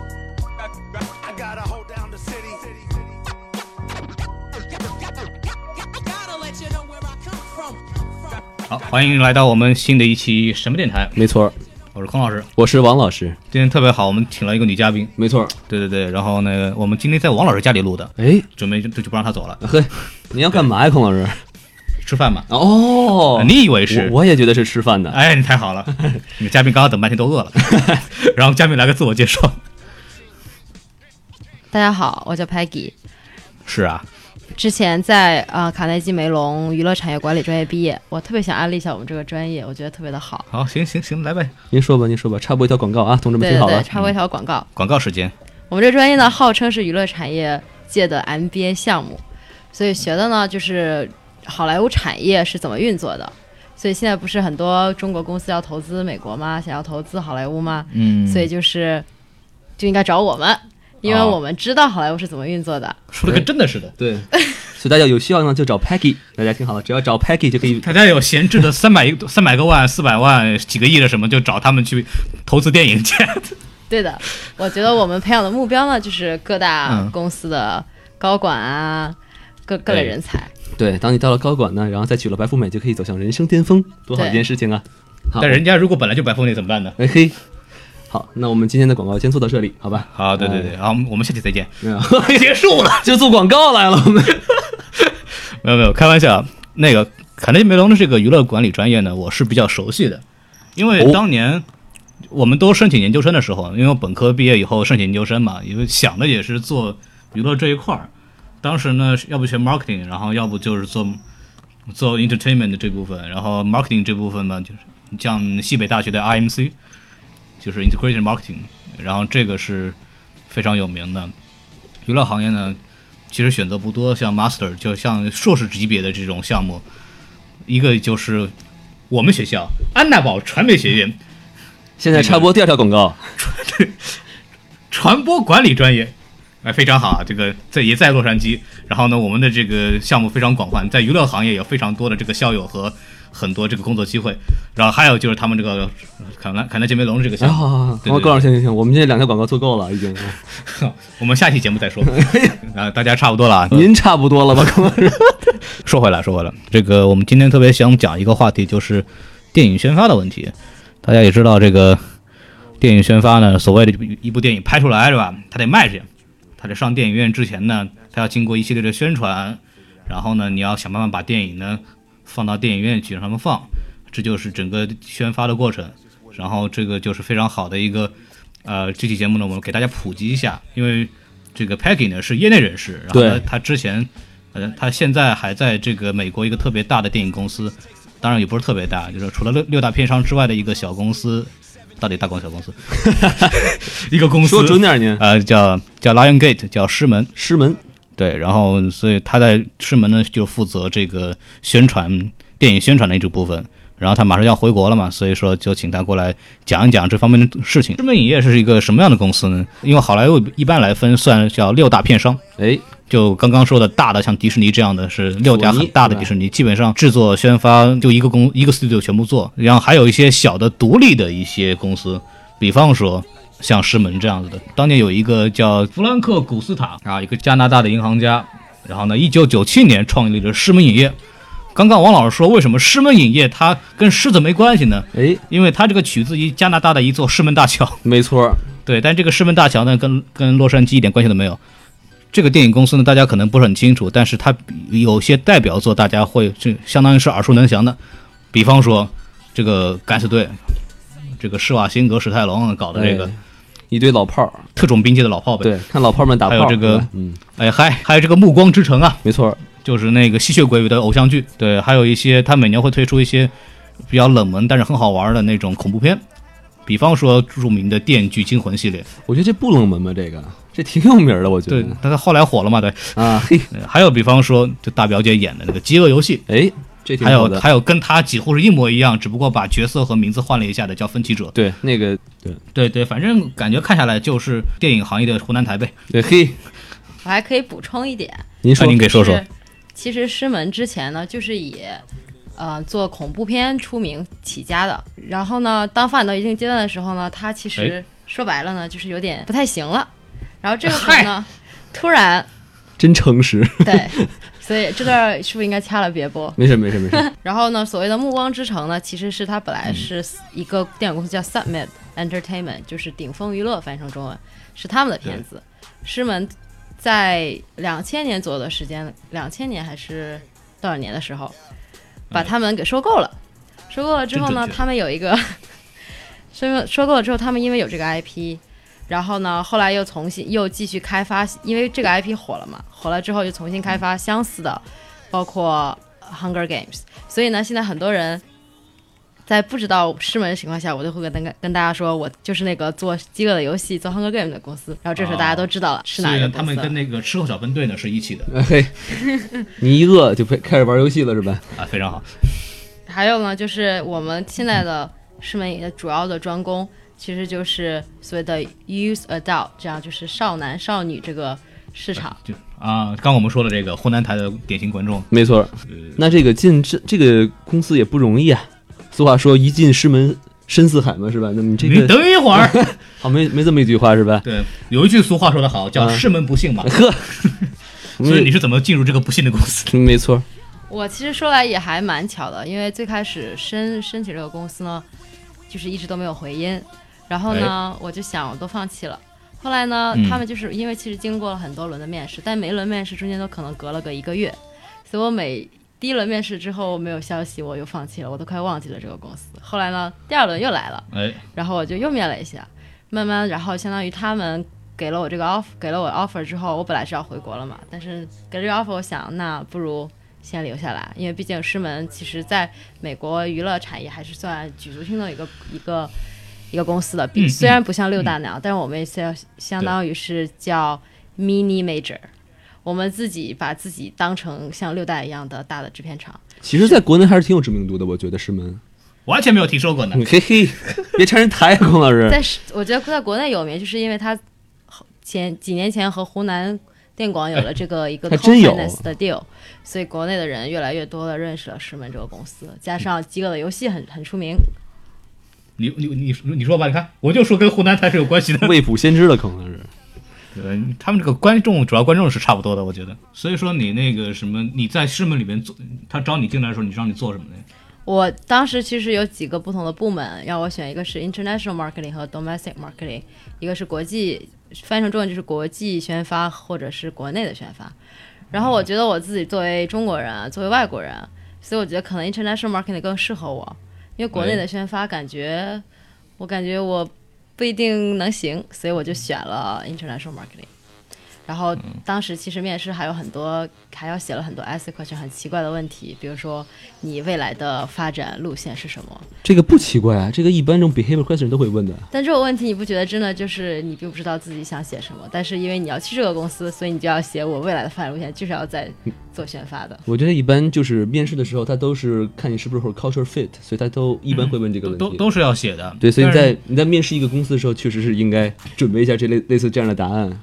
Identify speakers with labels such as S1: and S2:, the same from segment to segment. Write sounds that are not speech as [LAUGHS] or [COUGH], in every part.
S1: I gotta hold down the city.
S2: gotta let you know where I come from.
S3: 好，欢迎来到我们新的一期什么电台？
S4: 没错儿，
S3: 我是孔老师，
S4: 我是王老师。
S3: 今天特别好，我们请了一个女嘉宾。
S4: 没错儿，
S3: 对对对，然后呢，我们今天在王老师家里录的，
S4: 哎，
S3: 准备就就不让他走了，
S4: 嘿，你要干嘛呀，孔老师？
S3: 吃饭嘛。
S4: 哦，
S3: 你以为是？
S4: 我我也觉得是吃饭的。
S3: 哎，你太好了，你嘉宾刚刚等半天都饿了， [LAUGHS] 然后嘉宾来个自我介绍。
S5: 大家好，我叫 Peggy，
S3: 是啊，
S5: 之前在啊、呃卡耐基梅隆娱乐产业管理专业毕业，我特别想安利一下我们这个专业，我觉得特别的好。
S3: 好，行行行，来呗，
S4: 您说吧，您说吧，插播一条广告啊，同志们
S5: 对
S4: 听
S5: 对
S4: 好了
S5: 对，。插播一条广告，
S3: 广告时间。
S5: 我们这专业呢号称是娱乐产业界的 MBA 项目，所以学的呢就是好莱坞产业是怎么运作的。所以现在不是很多中国公司要投资美国吗？想要投资好莱坞吗？
S3: 嗯
S5: 所以就是就应该找我们，因为
S3: 哦
S5: 我们知道好莱坞是怎么运作的。
S3: 说的跟真的似的。
S4: 对，所以大家有需要呢就找 Peggy，大家听好了，只要找 Peggy 就可以。
S3: 大家有闲置的三百亿、三百个万、四百万、几个亿的什么，就找他们去投资电 [LAUGHS] 影去。
S5: 对的，我觉得我们培养的目标呢，就是各大
S3: 嗯哎
S5: 公司的高管啊，各各类
S3: 对
S5: 人才。
S4: 对，当你到了高管呢，然后再娶了白富美，就可以走向人生巅峰，多好一
S5: 对
S4: 件事情啊！好，
S3: 但人家如果本来就白富美怎么办呢？
S4: 哎嘿，好，那我们今天的广告先做到这里，好吧？
S3: 好，对对对，好，我们下期再见。
S4: [LAUGHS] 没有，
S3: 嗯 [LAUGHS] 结束了，
S4: 就做广告来了，我们。
S3: 没有没有，开玩笑啊。那个卡内基梅隆的这个娱乐管理专业呢，我是比较熟悉的，因为
S4: 哦
S3: 当年我们都申请研究生的时候，因为我本科毕业以后申请研究生嘛，因为想的也是做娱乐这一块儿。当时呢，要不学 marketing，然后要不就是做做 entertainment 这部分，然后 marketing 这部分嘛，就是你像西北大学的 IMC，就是 integration marketing，然后这个是非常有名的。娱乐行业呢，其实选择不多，像 master 就像硕士级别的这种项目，一个就是我们学校安娜堡传媒学院
S4: 现在插播第二条广告，
S3: 传播管理专业，哎，非常好啊！这个在也在洛杉矶。然后呢，我们的这个项目非常广泛，在娱乐行业有非常多的这个校友和很多这个工作机会。然后还有就是他们这个呃凯南凯南杰梅隆这个
S4: 哎，
S3: 项
S6: 哦
S3: 目，
S4: 好好好，
S3: 对
S4: 广
S3: 对
S4: 告行行行，我们这两条广告做够了已经。
S3: [LAUGHS] 我们下期节目再说。啊，大家差不多了啊。
S4: 您差不多了吧，孔老师？
S3: 说回来，说回来，这个我们今天特别想讲一个话题，就是电影宣发的问题。大家也知道，这个电影宣发呢，所谓的一部电影拍出来是吧，它得卖去，它得上电影院之前呢，它要经过一系列的宣传，然后呢，你要想办法把电影呢放到电影院去让他们放，这就是整个宣发的过程。然后这个就是非常好的一个，呃，这期节目呢，我们给大家普及一下，因为这个 Peggy 呢是业内人士，然后呢
S4: 对
S3: 他之前，呃，他现在还在这个美国一个特别大的电影公司，当然也不是特别大，就是除了六六大片商之外的一个小公司，到底大公司小公
S4: [LAUGHS]
S3: 司，一个公司
S4: 说准点儿您。
S3: 呃，叫叫 Lion Gate，叫狮门，
S4: 师门，
S3: 对，然后所以他在狮门呢就负责这个宣传电影宣传的一这部分，然后他马上要回国了嘛，所以说就请他过来讲一讲这方面的事情。狮门影业是一个什么样的公司呢？因为好莱坞一般来分算叫六大片商，
S4: 哎，
S3: 就刚刚说的大的，像迪士尼这样的是六家很大的迪士尼，基本上制作宣发就一个公一个 studio 全部做，然后还有一些小的独立的一些公司，比方说像狮门这样子的。当年有一个叫弗兰克·古斯塔啊，一个加拿大的银行家，然后呢，一九九七年创立了狮门影业。刚刚王老师说，为什么狮门影业它跟狮子没关系呢？
S4: 哎，
S3: 因为它这个取自于加拿大的一座狮门大桥。
S4: 没错儿，
S3: 对，但这个狮门大桥呢，跟跟洛杉矶一点关系都没有。这个电影公司呢，大家可能不是很清楚，但是它有些代表作，大家会就相当于是耳熟能详的，比方说这个《敢死队》，这个施瓦辛格、史泰龙搞的这个
S4: 哎一堆老炮儿，
S3: 特种兵界的老炮呗。
S4: 对，看老炮儿们打炮
S3: 还
S4: 儿，
S3: 有这个
S4: 对吧嗯，
S3: 哎，还还有这个《暮光之城》啊，
S4: 没错儿，
S3: 就是那个吸血鬼的偶像剧，对，还有一些他每年会推出一些比较冷门但是很好玩的那种恐怖片，比方说著名的《电锯惊魂》系列，
S4: 我觉得这不冷门吧，这个这挺有名儿的，我觉
S3: 对
S4: 得，
S3: 但它后来火了嘛，对。
S4: 啊，嘿，
S3: 呃还有比方说，就大表姐演的那个《饥饿游戏》，
S4: 哎，这挺
S3: 还
S4: 好
S3: 有
S4: 的，
S3: 还有跟他几乎是一模一样，只不过把角色和名字换了一下的，叫分歧者。
S4: 对那个对
S3: 对对，反正感觉看下来就是电影行业的湖南台呗。
S4: 对，嘿，
S5: 我还可以补充一点，
S4: 您说
S3: 那您给说
S5: 就
S3: 说
S5: 是，其实师门之前呢，就是以呃做恐怖片出名起家的。然后呢，当发展到一定阶段的时候呢，他其实
S3: 哎
S5: 说白了呢，就是有点不太行了。然后这个时候呢，突然
S4: 真诚实，
S5: 对，所以这段是不是应该掐了别播？
S4: 没事没事没事，
S5: 然后呢，所谓的《暮光之城》呢，其实是它本来是一个电影公司叫 Summit Entertainment，就是顶峰娱乐翻译成中文是他们的片子。师门在两千年左右的时间，两千年还是多少年的时候，把他们给收购了。收购了之后
S3: 真
S5: 呢，
S3: 准确
S5: 他们有一个 [LAUGHS] 收收购了之后，他们因为有这个 IP，然后呢，后来又重新又继续开发，因为这个 IP 火了嘛，火了之后就重新开发相似的，包括呃《Hunger Games》。所以呢，现在很多人在不知道师门的情况下，我就会跟大家跟大家说，我就是那个做《饥饿的游戏》、做《Hunger Games》的公司。然后这时候大家都知道了、是哪一
S3: 所
S5: 个
S3: 啊以他
S5: 公司
S3: 们
S5: 了。
S3: 跟那个吃货小分队呢是一起的
S4: 嘿，你一饿就开开始玩游戏了是吧？
S3: 啊，非常好。
S5: 还有呢，就是我们现在的师门营的主要的专攻，其实就是所谓的 youth adult，这样就是少男少女这个市场。
S3: 就啊，刚我们说了这个湖南台的典型观众，呃
S4: 没错，那这个进这这个公司也不容易啊，俗话说一进师门深似海嘛是吧？那么这
S3: 你
S4: 个
S3: 等一会儿。
S4: 好没没这么一句话是吧？
S3: 对，有一句俗话说得好，叫
S4: 啊
S3: “师门不幸”嘛。
S4: 呵，
S3: 所以你是怎么进入这个不幸的公司？
S4: 嗯没错，
S5: 我其实说来也还蛮巧的，因为最开始申申请这个公司呢，就是一直都没有回音，然后呢，我就想我都放弃了。后来呢，
S3: 嗯
S5: 他们就是因为其实经过了很多轮的面试，但每一轮面试中间都可能隔了个一个月，所以我每第一轮面试之后没有消息，我又放弃了，我都快忘记了这个公司。后来呢，第二轮又来了，
S3: 哎，
S5: 然后我就又面了一下，慢慢，然后相当于他们给了我这个 offer，给了我 offer 之后，我本来是要回国了嘛，但是给了这个 offer，我想那不如先留下来，因为毕竟师门其实在美国娱乐产业还是算举足轻重的一个一个一个公司的，比
S3: 嗯
S5: 虽然不像六大那样，但是我们也相相当于是叫 mini major。我们自己把自己当成像六大一样的大的制片厂，
S4: 其实在国内还是挺有知名度的，我觉得师门，
S3: 完全没有听说过呢。
S4: 嘿嘿，别拆人台啊，孔老 [LAUGHS] 师，
S5: 在是我觉得在国内有名，就是因为他前几年前和湖南电广有了这个一个
S4: [LAUGHS] 还
S5: co
S4: 真有
S5: finance 的 deal，所以国内的人越来越多的认识了石门这个公司，加上《饥饿的游戏很》很出名，
S3: 你你你你说吧，你看，我就说跟湖南台是有关系的。
S4: 未卜先知了，孔老师。
S3: 对，他们这个观众主要观众是差不多的，我觉得。所以说你那个什么，你在师门里面做，他招你进来的时候，你让你做什么呢？
S5: 我当时其实有几个不同的部门，让我选一个是 international marketing 和 domestic marketing，一个是国际翻译成中文就是国际宣发或者是国内的宣发。然后我觉得我自己作为中国人啊，作为外国人啊，所以我觉得可能 international marketing 更适合我，因为国内的宣发感觉我感觉我不一定能行，所以我就选了 international marketing。然后当时其实面试还有很多，还要写了很多 essay question，很奇怪的问题，比如说你未来的发展路线是什么？
S4: 这个不奇怪啊，这个一般这种 behavior question 都会问的。
S5: 但这种问题你不觉得真的就是你并不知道自己想写什么，但是因为你要去这个公司，所以你就要写我未来的发展路线，就是要在做宣发的。
S4: 我觉得一般就是面试的时候，他都是看你是不是会 culture fit，所以他都一般会问这个
S3: 都
S4: 问
S3: 嗯都
S4: 题。
S3: 都是要写的。
S4: 对，所以你
S3: 但是
S4: 在你在面试一个公司的时候，确实是应该准备一下这类类似这样的答案。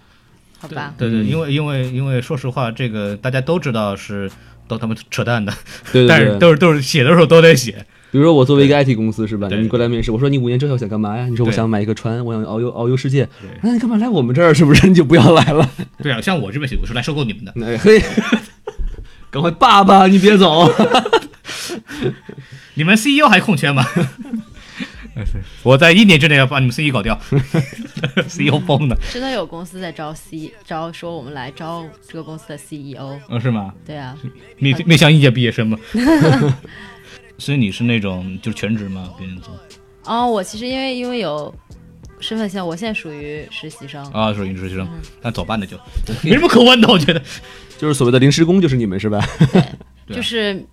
S5: 好吧，
S3: 对
S4: 嗯
S3: 对，因为因为因为说实话，这个大家都知道是都他妈扯淡的，
S4: 对
S3: 但
S4: 对
S3: 是
S4: 对，
S3: 都是都是写的时候都得写。
S4: 比如说我作为一个 IT 公司是吧？
S3: 对
S4: 你过来面试，我说你五年之后想干嘛呀？你说我
S3: 对
S4: 想买一个船，我想遨游遨游世界
S3: 对。
S4: 那你干嘛来我们这儿？是不是你就不要来
S3: [LAUGHS]
S4: 了？
S3: 对啊，像我这边写，我是来收购你们的。[LAUGHS]
S4: 那嘿，赶快爸爸，你别走。
S3: 你们 CEO 还空缺
S4: [LAUGHS]
S3: 吗？
S4: 哎
S3: 我在一年之内要把你们 CEO 搞掉 [LAUGHS] ，CEO 崩的，
S5: 真的有公司在招 C 招说我们来招这个公司的 CEO，
S3: 嗯、是吗？
S5: 对啊，
S3: 面面向应届毕业生吗？ [LAUGHS] 所以你是那种就是全职吗？别人做
S5: 哦，我其实因为因为有身份限，我现在属于实习生，
S3: 啊，属于实习生，但走吧那就没什么可问的，我觉得。
S4: 就是所谓的临时工，就是你们是吧？
S3: 对啊
S5: 就是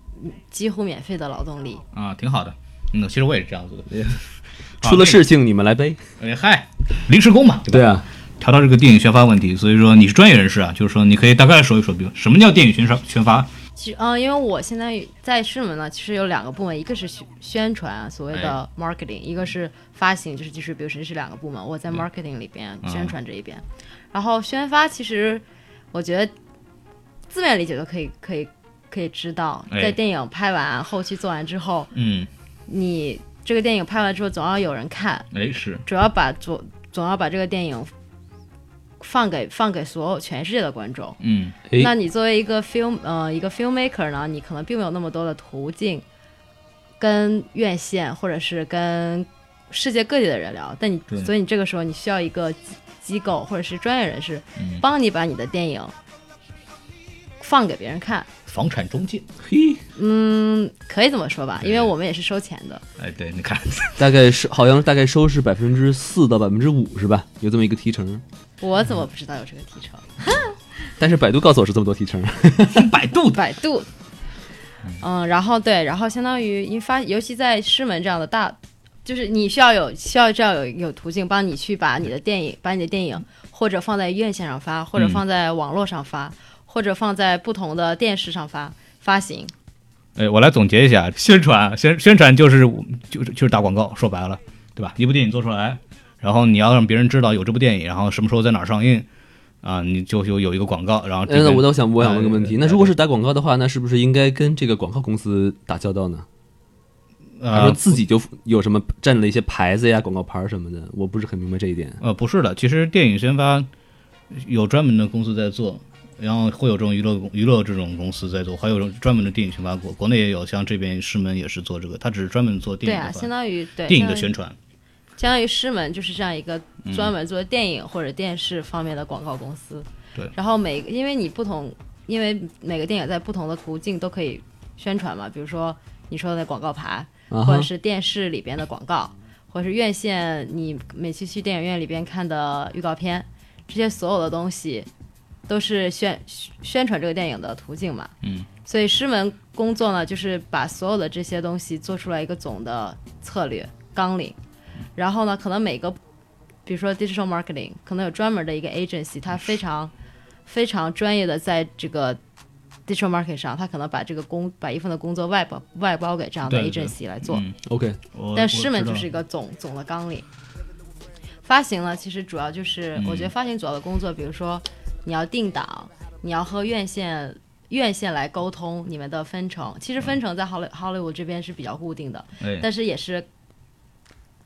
S5: 几乎免费的劳动力。
S3: 啊，挺好的。嗯，其实我也是这样 [LAUGHS] 做的。啊
S4: 出了事情你们来背。
S3: 哎嗨，临时工嘛，对吧？
S4: 对啊，
S3: 调到这个电影宣发问题，所以说你是专业人士啊，就是说你可以大概说一说，比如什么叫电影宣发宣发？
S5: 其实，嗯，因为我现在在师门呢，其实有两个部门，一个是宣宣传，啊所谓的 marketing，、一个是发行，就是 distribution，这是两个部门。我在 marketing 里边，宣传这一边，然后宣发其实我觉得字面理解都可以，可以，可以知道，
S3: 哎
S5: 在电影拍完、后期做完之后，
S3: 嗯，
S5: 你这个电影拍完之后，总要有人看，
S3: 哎是，
S5: 主要把总总要把这个电影放给放给所有全世界的观众。
S3: 嗯
S4: 诶
S5: 那你作为一个 film 呃一个 filmmaker 呢，你可能并没有那么多的途径跟院线或者是跟世界各地的人聊，但你
S3: 对
S5: 所以你这个时候你需要一个机机构或者是专业人士、
S3: 嗯
S5: 帮你把你的电影放给别人看，嗯
S3: 房产中介，
S4: 嘿，
S5: 可以这么说吧，因为我们也是收钱的。
S3: 哎对，你看，
S4: 大概是好像大概收是百分之四到百分之五是吧？有这么一个提成，
S5: 我怎么不知道有这个提成？
S4: 但是百度告诉我是这么多提成。
S3: 百度的，
S5: 百度。嗯，然后对，然后相当于因发，尤其在师门这样的大，就是你需要有需要这样有有途径帮你去把你的电影，把你的电影或者放在院线上发，或者
S3: 嗯
S5: 放在网络上发，或者放在不同的电视上发发行。
S3: 哎，我来总结一下，宣传宣宣传就是就是就是打广告，说白了，对吧？一部电影做出来，然后你要让别人知道有这部电影，然后什么时候在哪儿上映，啊，你就有有一个广告，然后这
S4: 哎，那
S3: 边
S4: 我倒想我想问个问
S3: 哎
S4: 题，那如果是打广告的话，那是不是应该跟这个广告公司打交道呢？还
S3: 呃
S4: 说自己就有什么占了一些牌子呀、广告牌儿什么的，我不是很明白这一点。
S3: 呃，不是的，其实电影宣发有专门的公司在做，然后会有这种娱乐公娱乐这种公司在做，还有这种专门的电影宣发国，国内也有，像这边师门也是做这个，他只是专门做
S5: 对
S3: 电影
S5: 啊，
S3: 的
S5: 相
S3: 话、
S5: 当于对
S3: 电影的
S5: 相当
S3: 宣
S5: 于
S3: 传。嗯
S5: 相当于师门就是这样一个专门做电影或者电视方面的广告公司。
S3: 对
S5: 然后每因为你不同，因为每个电影在不同的途径都可以宣传嘛，比如说你说的广告牌，
S4: 啊
S5: 或者
S4: 哈，
S5: 是电视里边的广告，或者是院线你每次去电影院里边看的预告片，这些所有的东西都是宣宣传这个电影的途径嘛。
S3: 嗯。
S5: 所以师门工作呢，就是把所有的这些东西做出来一个总的策略纲领，
S3: 嗯
S5: 然后呢，可能每个，比如说 digital marketing，可能有专门的一个 agency，它非常非常专业的在这个 digital marketing 上，它可能把这个工把一份的工作外包外包给这样的
S3: 对对
S5: agency 来做。
S3: 嗯
S4: OK，
S3: 我
S5: 但
S3: 我
S5: 师门
S3: 知
S5: 就
S3: 道
S5: 是一个总总的纲领。发行呢，其实主要就是、我觉
S3: 嗯
S5: 得发行主要的工作，比如说你要定档，你要和院线院线来沟通你们的分成。其实
S3: 嗯
S5: 分成在好莱好莱坞这边是比较固定的，
S3: 哎
S5: 但是也是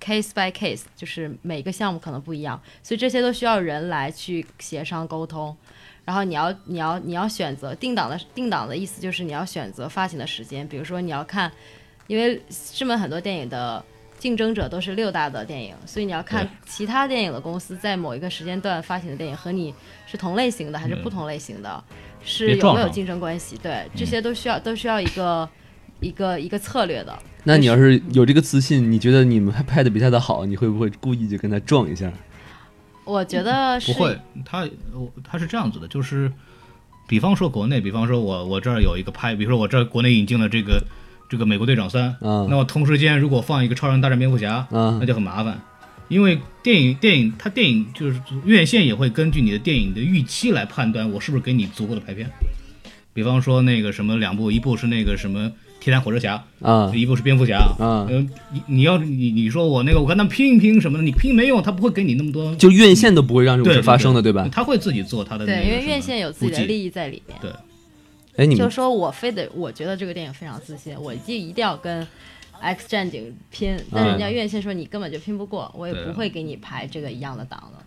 S5: case by case，就是每个项目可能不一样，所以这些都需要人来去协商沟通。然后你要你要你要选择定档的定档的意思就是你要选择发行的时间，比如说你要看，因为这门很多电影的竞争者都是六大的电影，所以你要看
S3: 对
S5: 其他电影的公司在某一个时间段发行的电影和你是同类型的还是不同类型的，是
S3: 别
S5: 有
S3: 撞
S5: 没有
S3: 上
S5: 竞争关系？对，这些都需要都需要一个一个一个策略的。
S4: 那你要是有这个自信，你觉得你们还拍的比他的好，你会不会故意就跟他撞一下？
S5: 我觉得是
S3: 嗯不会，他我他是这样子的，就是比方说国内，比方说我我这儿有一个拍，比如说我这儿国内引进了这个这个美国队长三、
S4: 嗯
S3: 那么同时间如果放一个超人大战蝙蝠侠，
S4: 嗯
S3: 那就很麻烦，因为电影电影它电影就是院线也会根据你的电影的预期来判断我是不是给你足够的排片。比方说那个什么两部，一部是那个什么铁胆火车侠，
S4: 啊
S3: 一部是蝙蝠侠
S4: 啊
S3: 嗯，你你要你你说我那个我跟他拼一拼什么的，你拼没用，他不会给你那么多
S4: 就院线都不会让这种
S3: 对
S4: 事发生的，对吧？
S3: 嗯他会自己做他的那个
S5: 对，因为
S3: 嗯什么
S5: 院线有自己的
S3: 估计
S5: 利益在里面。
S3: 对，
S4: 哎，你
S5: 就
S4: 们
S5: 说我非得，我觉得这个电影非常自信，我就一定要跟 X 战警拼，但是人家院线说你根本就拼不过，我也
S3: 嗯对啊
S5: 不会给你排这个一样的档的。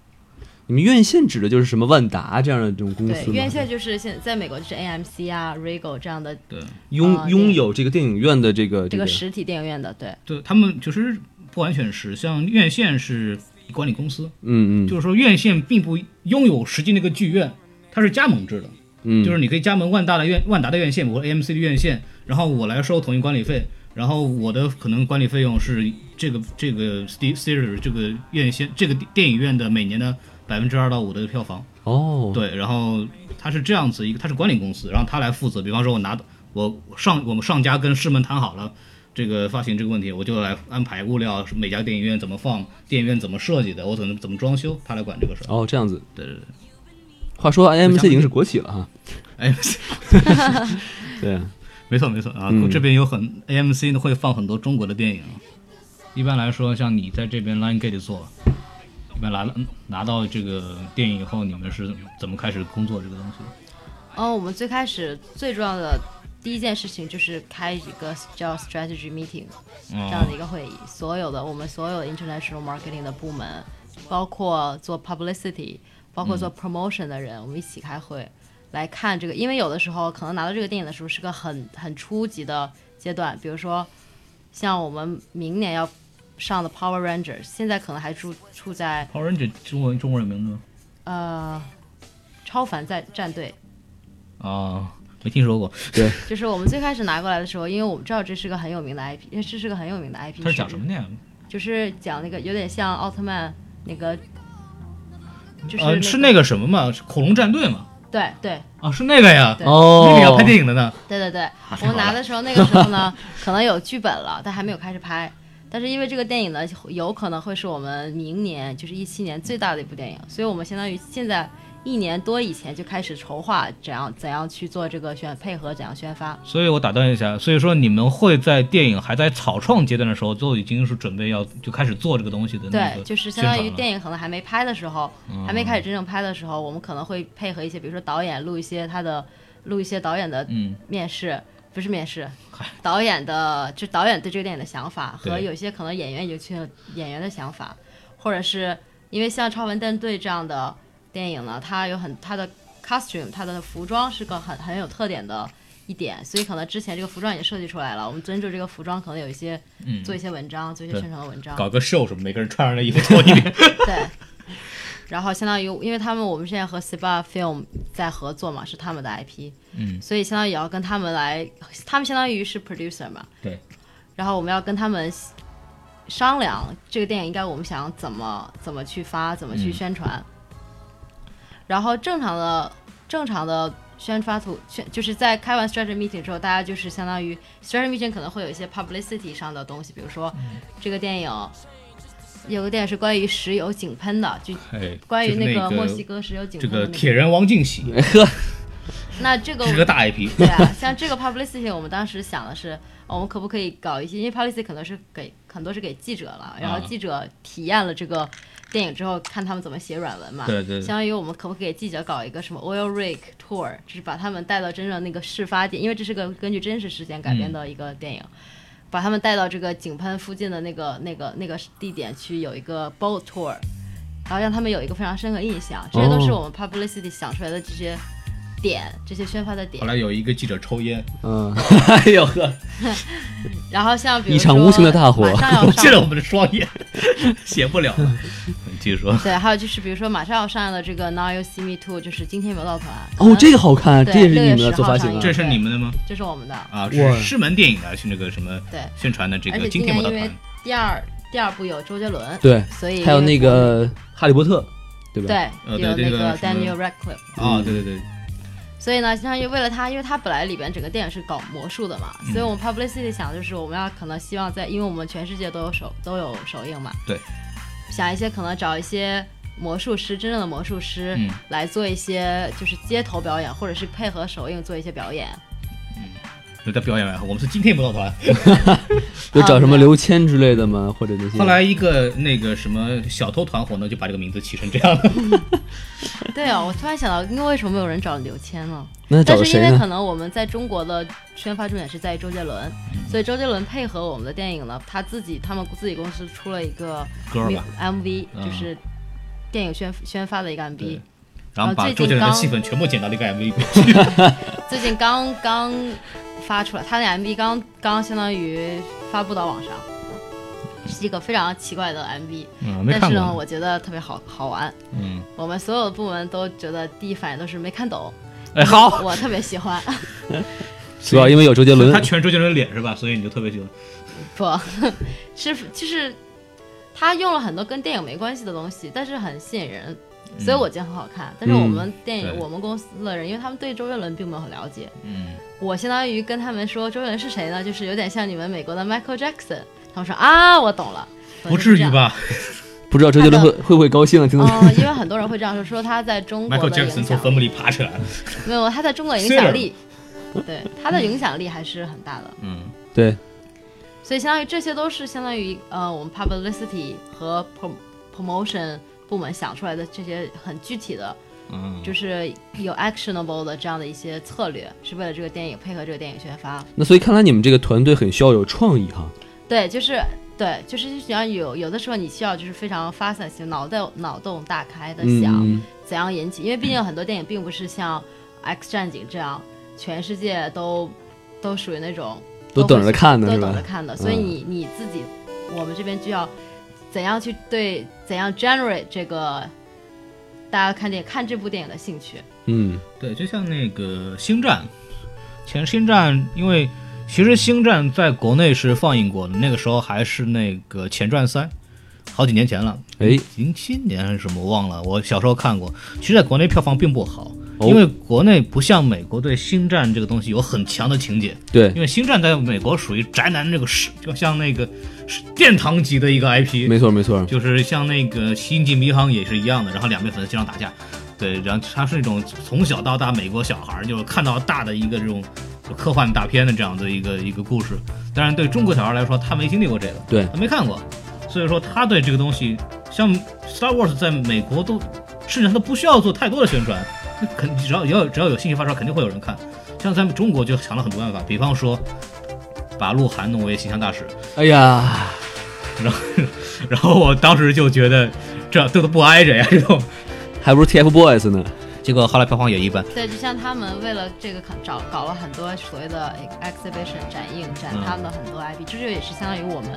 S4: 你们院线指的就是什么万达这样的这种
S3: 嗯
S4: 公
S5: 对
S4: 司，吗
S5: 院？线就是现在美国就是 AMC 啊、Regal 这样的
S3: 对
S4: 拥
S5: 啊
S4: 拥有这个电影院的这个
S5: 这
S4: 这
S5: 个
S4: 个
S5: 实体电影院的，对，
S3: 对，他们就是不完全是，像院线是管理公司，
S4: 嗯嗯，
S3: 就是说院线并不拥有实际那个剧院，它是加盟制的，
S4: 嗯
S3: 就是你可以加盟万达的院万达的院线，我 AMC 的院线，然后我来收统一管理费，然后我的可能管理费用是这个这个 st- theater 这个院线这个电影院的每年的百分之二到五的票房。
S4: 哦，
S3: 对，然后他是这样子一个，他是管理公司，然后他来负责，比方说我拿我上我们上家跟师门谈好了，这个发行这个问题，我就来安排物料，每家电影院怎么放，电影院怎么设计的，我怎么怎么装修，他来管这个事儿。
S4: 哦，这样子。
S3: 对对对，
S4: 话说 IMC 已经是国企了哈，
S3: 哎，
S4: 对啊，
S3: 没错没错啊，
S4: 嗯
S3: 这边有很 AMC 会放很多中国的电影。一般来说，像你在这边 Line Gate 做，一般拿拿到这个电影以后，你们是怎么开始工作这个东西？
S5: 哦，我们最开始最重要的第一件事情就是开一个叫 strategy meeting 这样
S3: 嗯
S5: 的一个会议，所有的我们所有 international marketing 的部门，包括做 publicity，包括做
S3: 嗯
S5: promotion 的人，我们一起开会来看这个，因为有的时候可能拿到这个电影的时候是个很很初级的阶段，比如说像我们明年要上的 Power Rangers，现在可能还处处在
S3: Power Ranger 中文中国人名字吗？
S5: 呃超凡战战队。
S3: 啊，没听说过。
S5: 就是我们最开始拿过来的时候，因为我们知道这是个很有名的 IP，因为这是个很有名的 IP。
S3: 它是讲什么？的呀？
S5: 就是讲那个有点像奥特曼那个，就是、
S3: 呃，是
S5: 那
S3: 那个什么嘛，是恐龙战队嘛？
S5: 对对
S3: 啊，是那个呀。
S5: 对
S4: 哦，
S3: 那个要拍电影的呢。
S5: 对对对，我
S3: 太好
S5: 们拿
S3: 了
S5: 的时候那个时候
S3: [LAUGHS]
S5: 呢，可能有剧本了，但还没有开始拍。但是因为这个电影呢，有可能会是我们明年就是一七年最大的一部电影，所以我们相当于现在一年多以前就开始筹划怎样怎样去做这个宣配合怎样宣发。
S3: 所以我打断一下，所以说你们会在电影还在草创阶段的时候，就已经是准备要就开始做这个东西的那
S5: 对，
S3: 个
S5: 就是
S3: 宣
S5: 相
S3: 传嗯
S5: 当于电
S3: 影
S5: 影可能还没拍的时候，还没开始真正拍的时候，我们可能会配合一些，比如说导演录一些他的，录一些导演的
S3: 嗯
S5: 面试，不是面
S3: [LAUGHS]
S5: 试，导演的就导演对这个电影的想法和
S3: 对
S5: 有些可能演员有些演员的想法，或者是因为像《超凡战队》这样的电影呢，它有很它的 costume，它的服装是个很很有特点的。一点，所以可能之前这个服装也设计出来了，我们遵照这个服装可能有一些、
S3: 嗯
S5: 做一些文章，做一些
S3: 对
S5: 宣传的文章，
S3: 搞个秀什么，每个人穿上那衣服坐一遍。
S5: 对， [LAUGHS] 然后相当于，因为他们我们现在和 SIBA Film 在合作嘛，是他们的 IP，
S3: [LAUGHS] 嗯，
S5: 所以相当于也要跟他们来，他们相当于是 producer 嘛，
S3: 对，
S5: 然后我们要跟他们商量这个电影应该我们想怎么怎么去发，怎么去
S3: 嗯
S5: 宣传。然后正常的正常的宣发图宣就是在开完 strategy meeting 之后，大家就是相当于 strategy meeting 可能会有一些 publicity 上的东西，比如说
S3: 嗯
S5: 这个电影。有个电影是关于石油井喷的，就
S3: 哎，
S5: 关于
S3: 就是那
S5: 个墨西哥石油井
S3: 这
S5: 喷的、
S3: 个
S5: 那个。
S3: 铁人王进喜，
S5: 那这个
S3: 这是个大 IP。
S5: 对
S3: [LAUGHS]
S5: 啊，像这个 publicity，我们当时想的是，哦我们可不可以搞一些，因为 publicity 可能是给很多是给记者
S3: 啊
S5: 了，然后记者体验了这个电影之后，看他们怎么写软文嘛。
S3: 对对对
S5: 相当于我们可不可以给记者搞一个什么 oil rig tour，就是把他们带到真正那个事发地，因为这是个根据真实事件改
S3: 嗯
S5: 编的一个电影。把他们带到这个井喷附近的那个、那个、那个地点去有一个 boat tour，然后让他们有一个非常深刻印象。这些都是
S4: 哦
S5: 我们 publicity 想出来的这些点，这些宣发的点
S3: 后。来有一个记者抽烟，
S4: 嗯， [LAUGHS] 哎呦呵，
S5: 然后像比如
S4: 一场
S5: 说
S4: 无情的大火
S5: 马上要
S3: 我
S5: 上
S3: [LAUGHS]
S4: [LAUGHS]
S3: 见了我们的双眼，写不了了。继续说，
S5: 对，还有就是比如说马上要上映的这个《Now You See Me Too》，就是惊天游盗团。
S4: 哦，这个好看，
S5: 对
S4: 这也是你们的做发行
S5: 6月10号上
S4: 啊
S5: 映
S3: 这是你们的吗？
S5: 这是我们的，
S3: 啊，
S4: 哇
S3: 是师门电影啊，去那个什么
S5: 对
S3: 宣传的这
S5: 而
S3: 个
S5: 且
S3: 今
S5: 今
S3: 天
S5: 年
S3: 我的
S5: 因为
S3: 团，
S5: 第二第二部有周杰伦，
S4: 对，
S5: 所以
S4: 还有
S5: 因为
S4: 那个哈利波特，对吧？
S5: 对
S3: 呃
S5: 有
S3: 对
S5: 那
S3: 这个
S5: 个
S3: 什么
S5: Daniel Radcliffe，
S3: 啊，对对对，
S5: 所以呢，相当于为了他，因为他本来里边整个电影是搞魔术的嘛，
S4: 嗯
S5: 所以我们 publicity 想就是我们要可能希望在，因为我们全世界都有首都有首映嘛，
S3: 对，
S5: 想一些可能找一些魔术师，真正的魔术师、
S3: 嗯
S5: 来做一些就是街头表演，或者是配合首映做一些表
S4: [LAUGHS]
S5: 演。
S3: 就在表演完后，我们是今天舞蹈团。
S4: 有找什么刘谦之类的吗？或者那些？
S3: 后来一个那个什么小偷团伙呢，就把这个名字起成
S5: [LAUGHS]
S3: 这样的。
S5: 对啊，我突然想到，因为为什么没有人找刘谦呢？
S4: 那找
S5: 但
S4: 的
S5: 是因
S4: 谁
S5: 为
S4: 呢
S5: 可？能我们在中国的宣发重点是在于周杰伦，
S4: 嗯
S5: 所以周杰伦配合我们的电影呢，他自己他们自己公司出了一个
S3: 歌儿吧
S5: MV，
S3: 嗯
S5: 就是电影宣宣发的一个 MV
S3: 对。然后把
S5: 最近
S3: 周杰伦的
S5: 刚
S3: 戏份全部剪到了一个 MV 里。
S5: 最近刚刚发出来，他的 MV 刚刚相当于发布到网上，是一个非常奇怪的 MV，、 [LAUGHS]
S3: 嗯，
S5: 但是呢，我觉得特别好好玩。
S3: 嗯，
S5: 我们所有的部门都觉得第一反应都是没看懂，
S3: 哎，好，
S5: 我特别喜欢。 [LAUGHS]
S4: 主要因为有周杰伦
S3: 他，全周杰伦的脸是吧？所以你就特别喜欢。
S5: 不，是就是他用了很多跟电影没关系的东西，但是很吸引人，所以我觉得很好看。但是我们电影、
S3: 嗯对
S5: 我们公司的人，因为他们对周杰伦并没有很了解，
S3: 嗯，
S5: 我相当于跟他们说周杰伦是谁呢？就是有点像你们美国的 Michael Jackson。他们说啊，我懂了，
S3: 不至于？吧
S4: 不知道周杰伦会会不会高兴啊？听到、
S5: 哦，因为很多人会这样说，说他在中国
S3: ？Michael
S5: 的
S3: Jackson
S5: 影
S3: 从
S5: 响
S3: 坟墓里爬起来了。
S5: 没有，他在中国的影响力，对他的影响力还是很大的。
S3: 嗯，
S4: 对，
S5: 所以相当于这些都是相当于呃我们 publicity 和 prom- promotion 部门想出来的这些很具体的，
S3: 嗯
S5: 就是有 actionable 的这样的一些策略，是为了这个电影配合这个电影宣发。
S4: 那所以看来你们这个团队很需要有创意哈。
S5: 对，就是对，就是你要有有的时候你需要就是非常发散性，脑袋脑洞大开的想、
S4: 嗯，
S5: 怎样引起，因为毕竟有很多电影并不是像《X 战警》这样全世界都都属于那种
S4: 都等着看呢
S5: 都
S4: 是
S5: 等
S4: 吧嗯
S5: 着？看的，所以你你自己，我们这边就要怎样去对怎样 generate 这个大家看电看这部电影的兴趣，
S4: 嗯，
S3: 对，就像那个《星战》，前《星战》，因为其实《星战》在国内是放映过的，那个时候还是那个前传三，好几年前了，
S4: 哎，
S3: 零七年还是什么忘了，我小时候看过。其实，在国内票房并不好，
S4: 哦
S3: 因为国内不像美国对《星战》这个东西有很强的情节，
S4: 对
S3: 因，为《星战》在美国属于宅男这个是，就像那个是殿堂级的一个 IP，
S4: 没错没错，
S3: 就是像那个《星际迷航》也是一样的，然后两边粉丝经常打架，对，然后他是那种从小到大美国小孩儿就是看到大的一个这种科幻大片的这样的一个一个故事。当然，对中国小孩来说，他没经历过这个，
S4: 对
S3: 他没看过，所以说他对这个东西，像 Star Wars 在美国都，甚至他都不需要做太多的宣传，那肯只要只要只要有兴趣发烧，肯定会有人看。像咱们中国就想了很多办法，比方说把鹿晗弄为形象大使，
S4: 哎呀，
S3: 然后我当时就觉得这这都不挨着呀，这种。
S4: 还不如 TFBOYS 呢。
S3: 结果后来票房也一般，
S5: 对，就像他们为了这个看找搞了很多所谓的 exhibition 展映展，
S3: 嗯
S5: 他们的很多 IP，这就也是相当于我们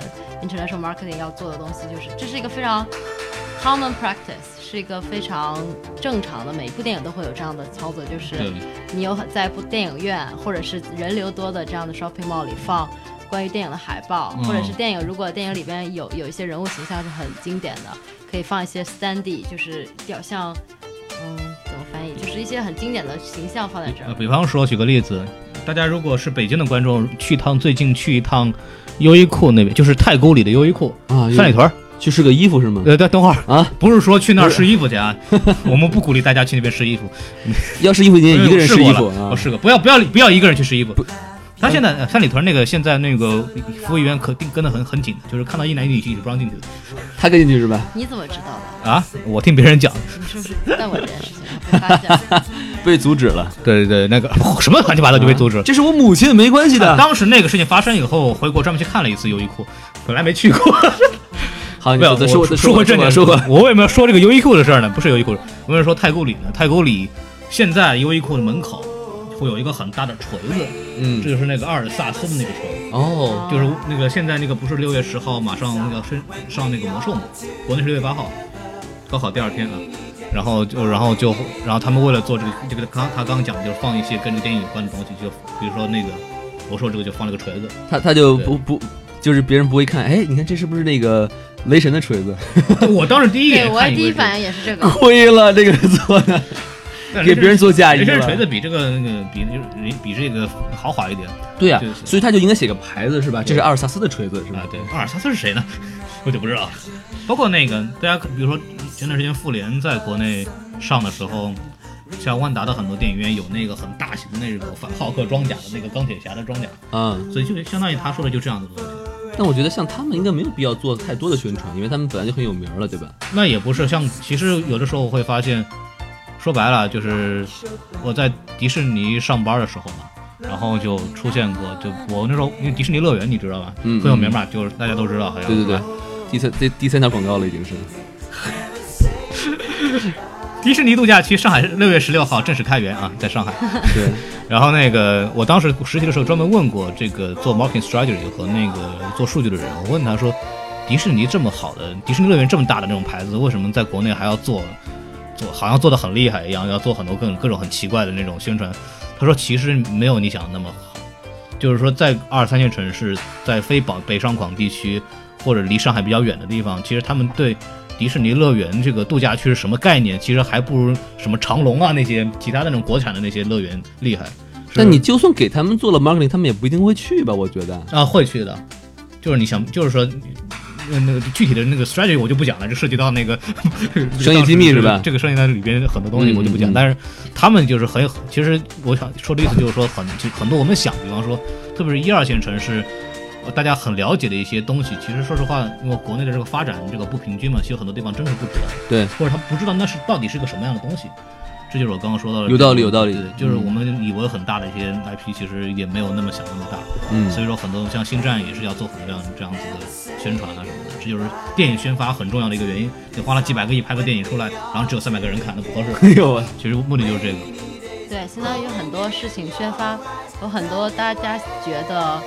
S5: international marketing 要做的东西，就是这是一个非常 common practice，是一个非常正常的，每部电影都会有这样的操作，就是
S4: 嗯
S3: 对
S5: 你有很在部电影院或者是人流多的这样的 shopping mall 里放。关于电影的海报，
S3: 嗯
S5: 或者是电影，如果电影里边有有一些人物形象是很经典的，可以放一些 standee，就是表像嗯，怎么翻译？就是一些很经典的形象放在这
S3: 呃，
S5: 儿。
S3: 比方说举个例子，大家如果是北京的观众，去一趟最近去一趟优衣库那边，就是太古里的优衣库
S4: 啊，
S3: 三里屯儿。
S4: 去试个衣服是吗？
S3: 呃，对，等会儿
S4: 啊，
S3: 不是说去那儿试衣服去
S4: [LAUGHS]
S3: 啊，我们不鼓励大家去那边试衣服。
S4: 要试衣服你也一个人试衣
S3: 因为
S4: 服
S3: 我过了
S4: 啊
S3: 我？试过，不要不要不要一个人去试衣服。他现在呃三里屯那个现在那个服务员可定跟得很很紧，就是看到一男一女是不让进去的
S4: 他跟进去是吧？
S5: 你怎么知道 [LAUGHS] 的？
S3: 啊。我听别人讲，
S5: 你是不是干过这件事情？被发现？
S4: 被阻止了，
S3: 对对对，那个、 [LAUGHS] 什么乱七八糟就被阻止了。
S4: 这是我母亲，没关系的。
S3: 当时那个事情发生以后，我回国专门去看了一次优衣库，本来没去过。
S4: 啊好，你
S3: 不要，
S4: 说
S3: 我说
S4: 再说再
S3: 说回正
S4: 吧
S3: 经，
S4: 说吧。
S3: 我为什么要说这个优衣库的事儿呢？不是优衣库，我为什么说太古里呢？太古里现在优衣库的门口会有一个很大的锤子，这
S4: 嗯，
S3: 就是那个阿尔萨斯的那个锤， [LAUGHS]
S4: 哦，
S3: 就是那个现在那个不是六月十号马上那个上上那个魔兽嘛，国内是六月八号，高考第二天啊。然后就，然后就，然后他们为了做这个这个，刚他刚讲的就是放一些跟这个电影有关的东西，就比如说那个魔兽这个就放了个锤子，
S4: 他他就不不，就是别人不会看，哎，你看这是不是那个雷神的锤
S3: [LAUGHS]
S4: 子？
S3: 我当时第一
S5: 对，
S3: 眼
S5: 我
S3: 看以
S5: 第一
S3: 为
S5: [LAUGHS]
S3: 是
S5: 反应也是这个。
S4: 亏了，这个做的
S3: 但是
S4: 给别人做嫁衣
S3: 人参
S4: 了
S3: 锤子比这个那个比那个比这个豪华一点
S4: 对呀、
S3: 对
S4: 所以他就应该写个牌子是吧？这是
S3: 对
S4: 阿尔萨斯的锤子是吧
S3: 啊？。对，阿尔萨斯是谁呢？ [LAUGHS] 我就不知道了。包括那个大家可，比如说前段时间复联在国内上的时候，像万达的很多电影院有那个很大型的那种反浩克装甲的那个钢铁侠的装甲，
S4: 啊、
S3: 所以就相当于他说的就这样的东西。
S4: 但我觉得像他们应该没有必要做太多的宣传，因为他们本来就很有名了，对吧？
S3: 那也不是像，其实有的时候我会发现，说白了就是我在迪士尼上班的时候嘛，然后就出现过，就我那时候因为迪士尼乐园你知道吧，
S4: 嗯
S3: 很有名嘛，就是大家都知道，好像
S4: 对对
S3: 是
S4: 对
S3: 吧，
S4: 第三这第三条广告了已经是。
S3: 迪士尼度假区上海六月十六号正式开园啊，在上海。 [LAUGHS]
S4: 对，
S3: 然后那个我当时实习的时候专门问过这个做 marketing strategy 和那个做数据的人，我问他说，迪士尼这么好的迪士尼乐园这么大的那种牌子，为什么在国内还要做做好像做的很厉害一样，要做很多各种各种很奇怪的那种宣传？他说其实没有你想的那么好，就是说在二三线城市，在非保北上广地区或者离上海比较远的地方，其实他们对。迪士尼乐园这个度假区是什么概念？其实还不如什么长隆啊那些其他那种国产的那些乐园厉害。
S4: 但你就算给他们做了 marketing，他们也不一定会去吧？我觉得
S3: 啊会去的，就是你想，就是说。呃那个具体的那个 strategy 我就不讲了，这涉及到那
S4: [LAUGHS]
S3: 个
S4: 商业机密是吧
S3: 这个商业在里边很多东西
S4: 嗯
S3: 我就不讲，
S4: 嗯嗯
S3: 但是他们就是很，其实我想说的意思就是说很就很多我们想，比方说，特别是一二线城市，呃大家很了解的一些东西，其实说实话，因为国内的这个发展这个不平均嘛，其实很多地方真是不知道，
S4: 对，
S3: 或者他不知道那是到底是个什么样的东西。这就是我刚刚说到的，
S4: 有道理有道理
S3: 对就是
S4: 嗯
S3: 我们以为很大的一些 IP，其实也没有那么想那么大。
S4: 嗯
S3: 所以说很多像星战也是要做很多这样这样子的宣传啊什么的，这就是电影宣发很重要的一个原因。你花了几百个亿拍个电影出来，然后只有三百个人 [LAUGHS] 看，那不合
S4: [LAUGHS] 哎
S3: 适。
S4: 呦，
S3: 其实目的就是这个。
S5: 对，相当于很多事情宣发，有很多大家觉得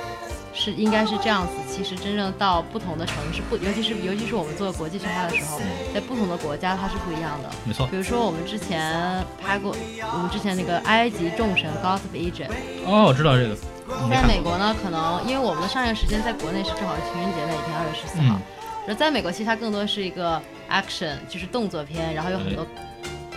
S5: 是应该是这样子，其实真正到不同的城市，不，尤其是尤其是我们做国际宣发的时候，在不同的国家它是不一样的。
S3: 没错
S5: 比如说我们之前拍过，我们之前那个埃及众神 Gossip Agent，
S3: 哦，我知道这个，没
S5: 在
S3: 看
S5: 美
S3: 过。
S5: 国呢，可能因为我们的上映时间在国内是正好情人节那一天，二月十四号
S3: 嗯。
S5: 而在美国，其实它更多是一个 action，就是动作片，然后有很多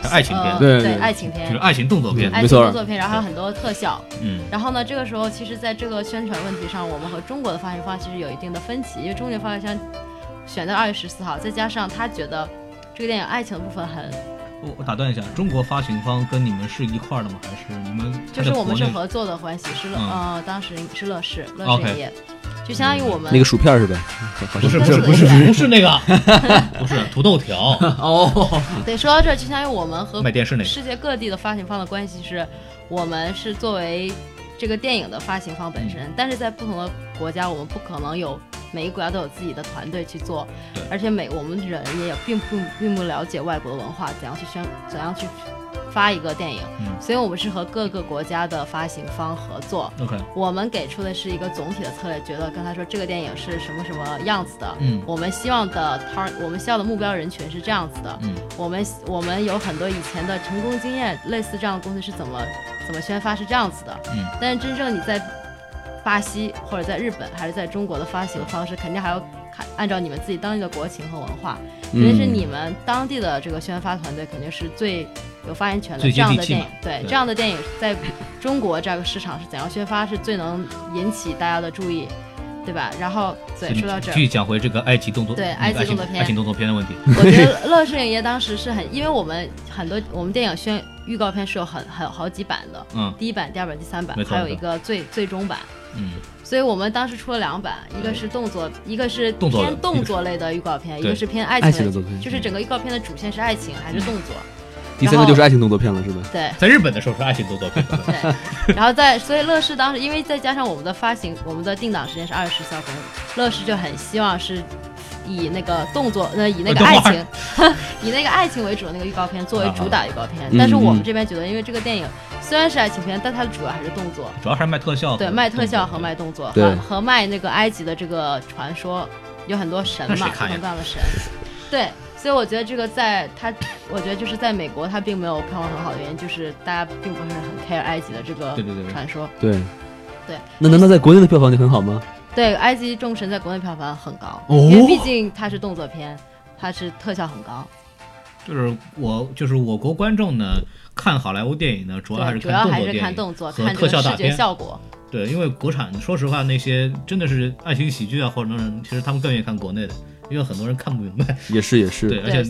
S3: 还有爱呃情
S5: 呃
S3: 片，
S4: 对对
S5: 爱情片
S3: 就是，爱情动作片
S4: 嗯。
S5: 爱
S4: 没
S5: 情
S4: 错
S5: 动作片，然后还有很多特效。
S3: 嗯，
S5: 然后呢，这个时候其实在这个宣传问题上，我们和中国的发行方其实有一定的分歧，因为中国的发行商选在二月十四号，再加上他觉得这个电影爱情的部分很，
S3: 我我打断一下，中国发行方跟你们是一块儿的吗？还是你们
S5: 就
S3: 还在
S5: 是我们
S3: 国
S5: 是
S3: 内
S5: 合作的关系，是乐、
S3: 嗯
S5: 呃，当时是乐视，乐
S3: OK
S5: 视影业就相当于我们
S4: 那个薯片是吧？好
S3: 不
S4: 像
S3: 是
S5: 合
S3: 不
S5: 作
S3: 是
S5: 的
S3: 不是
S5: 一个
S3: 不是那个， [LAUGHS] 不是土豆条哦，
S5: 对，说到这儿，就相当于我们和
S3: 卖电视那个。
S5: 世界各地的发行方的关系是，我们是作为这个电影的发行方本身，
S3: 嗯
S5: 但是在不同的国家，我们不可能有每个国家都有自己的团队去做
S3: 对，
S5: 而且每我们人也并不并不了解外国的文化，怎样去宣怎样去发一个电影，
S3: 嗯
S5: 所以我们是和各个国家的发行方合作。
S3: OK，
S5: 我们给出的是一个总体的策略，觉得跟他说这个电影是什么什么样子的，
S3: [LAUGHS] 嗯
S5: 我们希望的 tar，我们需要的目标人群是这样子的，
S3: 嗯
S5: 我们我们有很多以前的成功经验，类似这样的公司是怎么怎么宣发是这样子的，
S3: 嗯
S5: 但是真正你在巴西或者在日本还是在中国的发行方式，肯定还要看按照你们自己当地的国情和文化，肯定是
S4: 嗯
S5: 你们当地的这个宣发团队肯定是最有发言权的。
S3: 最接
S5: 这样
S3: 地
S5: 的
S3: 气
S5: 电
S3: 嘛
S5: 影，对
S3: 对
S5: 这样的电影在中国这个市场是怎样宣发，是最能引起大家的注意，对吧？然后对，说到这儿
S3: 嗯继，续讲回这个埃及动作，
S5: 对
S3: 那个
S5: 埃及
S3: 爱情
S5: 动作片
S3: 爱情动作片的问题。 [LAUGHS]
S5: 我觉得乐视影业当时是很，因为我们很多我们电影宣预告片是有很很好几版的，
S3: 嗯
S5: 第一版、第二版、第三版
S3: 没，错
S5: 还有
S3: 没
S5: 一
S3: 错
S5: 个最最终版。
S3: 嗯，
S5: 所以我们当时出了两版，一个是动作，一个是
S3: 动作的
S5: 偏动作类的预告片，一
S3: 对
S5: 个是偏爱
S4: 爱
S5: 情
S4: 情
S5: 类
S4: 的动作片
S5: 就是整个预告片的主线是爱情还是动作？
S3: 嗯
S4: 第三个就是爱情动作片了是吧？
S5: 对，
S3: 在日本的时候是爱情动作片，
S5: 对，然后在所以乐视当时，因为再加上我们的发行，我们的定档时间是二月十四号左右，乐视就很希望是以那个动作，呃，以那个
S3: 等
S5: 爱
S3: 会儿
S5: 情， [LAUGHS] 以那个爱情为主的那个预告片作为主打预告片。
S4: 嗯
S5: 但是我们这边觉得，因为这个电影虽然是爱情片，但它的主要还是动作，
S3: [LAUGHS] 主要还是卖特效和动作，
S5: 对，卖特
S3: 嗯
S5: 效和卖动作，
S4: 对
S5: 和和卖那个埃及的这个传说，有很多神
S3: 那谁
S5: 嘛，各
S3: 看呀
S5: 种各样的神， [LAUGHS] 对。所以我觉得这个在它，我觉得就是在美国它并没有票房很好的原因，就是大家并不是很 care 埃及的这个
S3: 对对对对
S5: 传说。
S4: 对
S5: 对。
S4: 那难道在国内的票房就很好吗？
S5: 对，《埃及众神》在国内票房很高，
S4: 哦
S5: 因为毕竟它是动作片，它是特效很高。
S3: 就是我就是我国观众呢看好莱坞电影呢，主要还
S5: 对，
S3: 是
S5: 主要
S3: 看动
S5: 还
S3: 作
S5: 是
S3: 电
S5: 看
S3: 影
S5: 动作，
S3: 和
S5: 看这
S3: 特效
S5: 个视
S3: 大
S5: 觉
S3: 片。
S5: 效果。
S3: 对，因为国产说实话那些真的是爱情喜剧啊或者那种，其实他们更愿意看国内的，因为很多人看不明白。
S4: 也是也是，
S3: 对，而且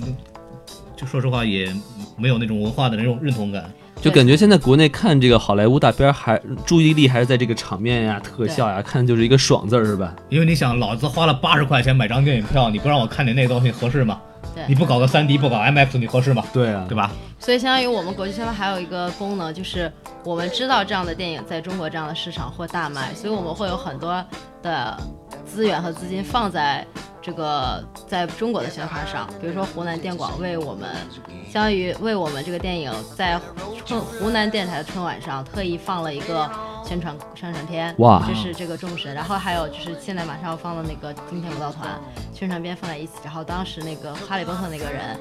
S3: 就说实话也没有那种文化的那种认同感。
S4: 就感觉现在国内看这个好莱坞大片儿还注意力还是在这个场面呀、特效呀，看就是一个爽字儿是吧？
S3: 因为你想，老子花了八十块钱买张电影票，你不让我看点那东西合适吗？
S5: 对
S3: 你不搞个3 D，不搞 IMAX，你合适吗？
S4: 对啊
S3: 对吧？
S5: 所以相当于我们国际宣发还有一个功能，就是我们知道这样的电影在中国这样的市场会大卖，所以我们会有很多的资源和资金放在这个在中国的宣发上。比如说湖南电广为我们，相当于为我们这个电影在春湖南电台的春晚上特意放了一个宣传宣传片，
S4: 哇
S5: 就是这个众神，然后还有就是现在马上要放的那个惊天舞蹈团宣传片放在一起，然后当时那个哈利波特那个人。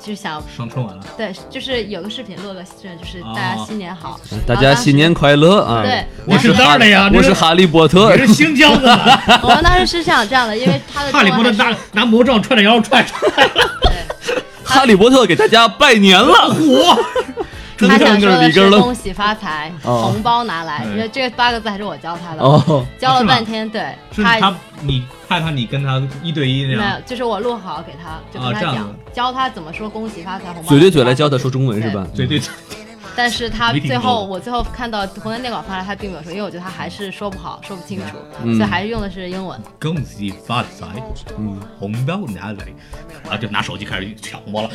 S5: 就是想
S3: 上春晚了，
S5: 对，就是有个视频落个这就是大家新年好，然后
S4: 嗯大家
S5: 当时
S4: 新年。快乐啊！
S5: 对，
S3: 哦我是
S5: 当
S3: 那
S5: 时
S3: 儿的呀，
S4: 我是哈利波特
S3: 你，是
S4: [LAUGHS]
S3: 新疆的吧，
S5: 我们当时是想这样的，因为他的
S3: 哈利波特
S5: 中文还
S3: 拿拿魔杖揣着羊肉串出来了，
S5: 是对
S4: 哈利波特给大家拜年了，
S3: 我
S4: 中
S5: 他
S4: 间
S5: 想
S4: [LAUGHS] 就
S5: 说
S4: 是
S5: 的
S4: 里根
S5: 是
S4: 了
S5: 恭。喜发财，
S4: 哦
S5: 红包拿来。
S3: 对
S5: 因为这八个字还是我教他的，
S4: 哦，
S5: 教
S3: 是
S5: 了
S3: 吗
S5: 半天，对
S3: [LAUGHS] 是他你看看你跟他一对一那
S5: 没
S3: 样
S5: 有，就是我录好给他，就
S3: 哦
S5: 跟他
S3: 这样
S5: 讲，
S3: 子
S5: 教他怎么说恭喜发财红包。
S4: 嘴对嘴来教他说中文是吧？
S3: 对对，对
S5: 但是他
S3: 没听
S5: 最后，
S3: 懂
S5: 我最后看到湖南电稿发来，他并没有说，因为我觉得他还是说不好，说不清楚，
S4: 嗯
S5: 所以还是用的是英文。
S3: 恭喜发财，嗯红包拿来，然后就拿手机开始抢红包 [LAUGHS] 了。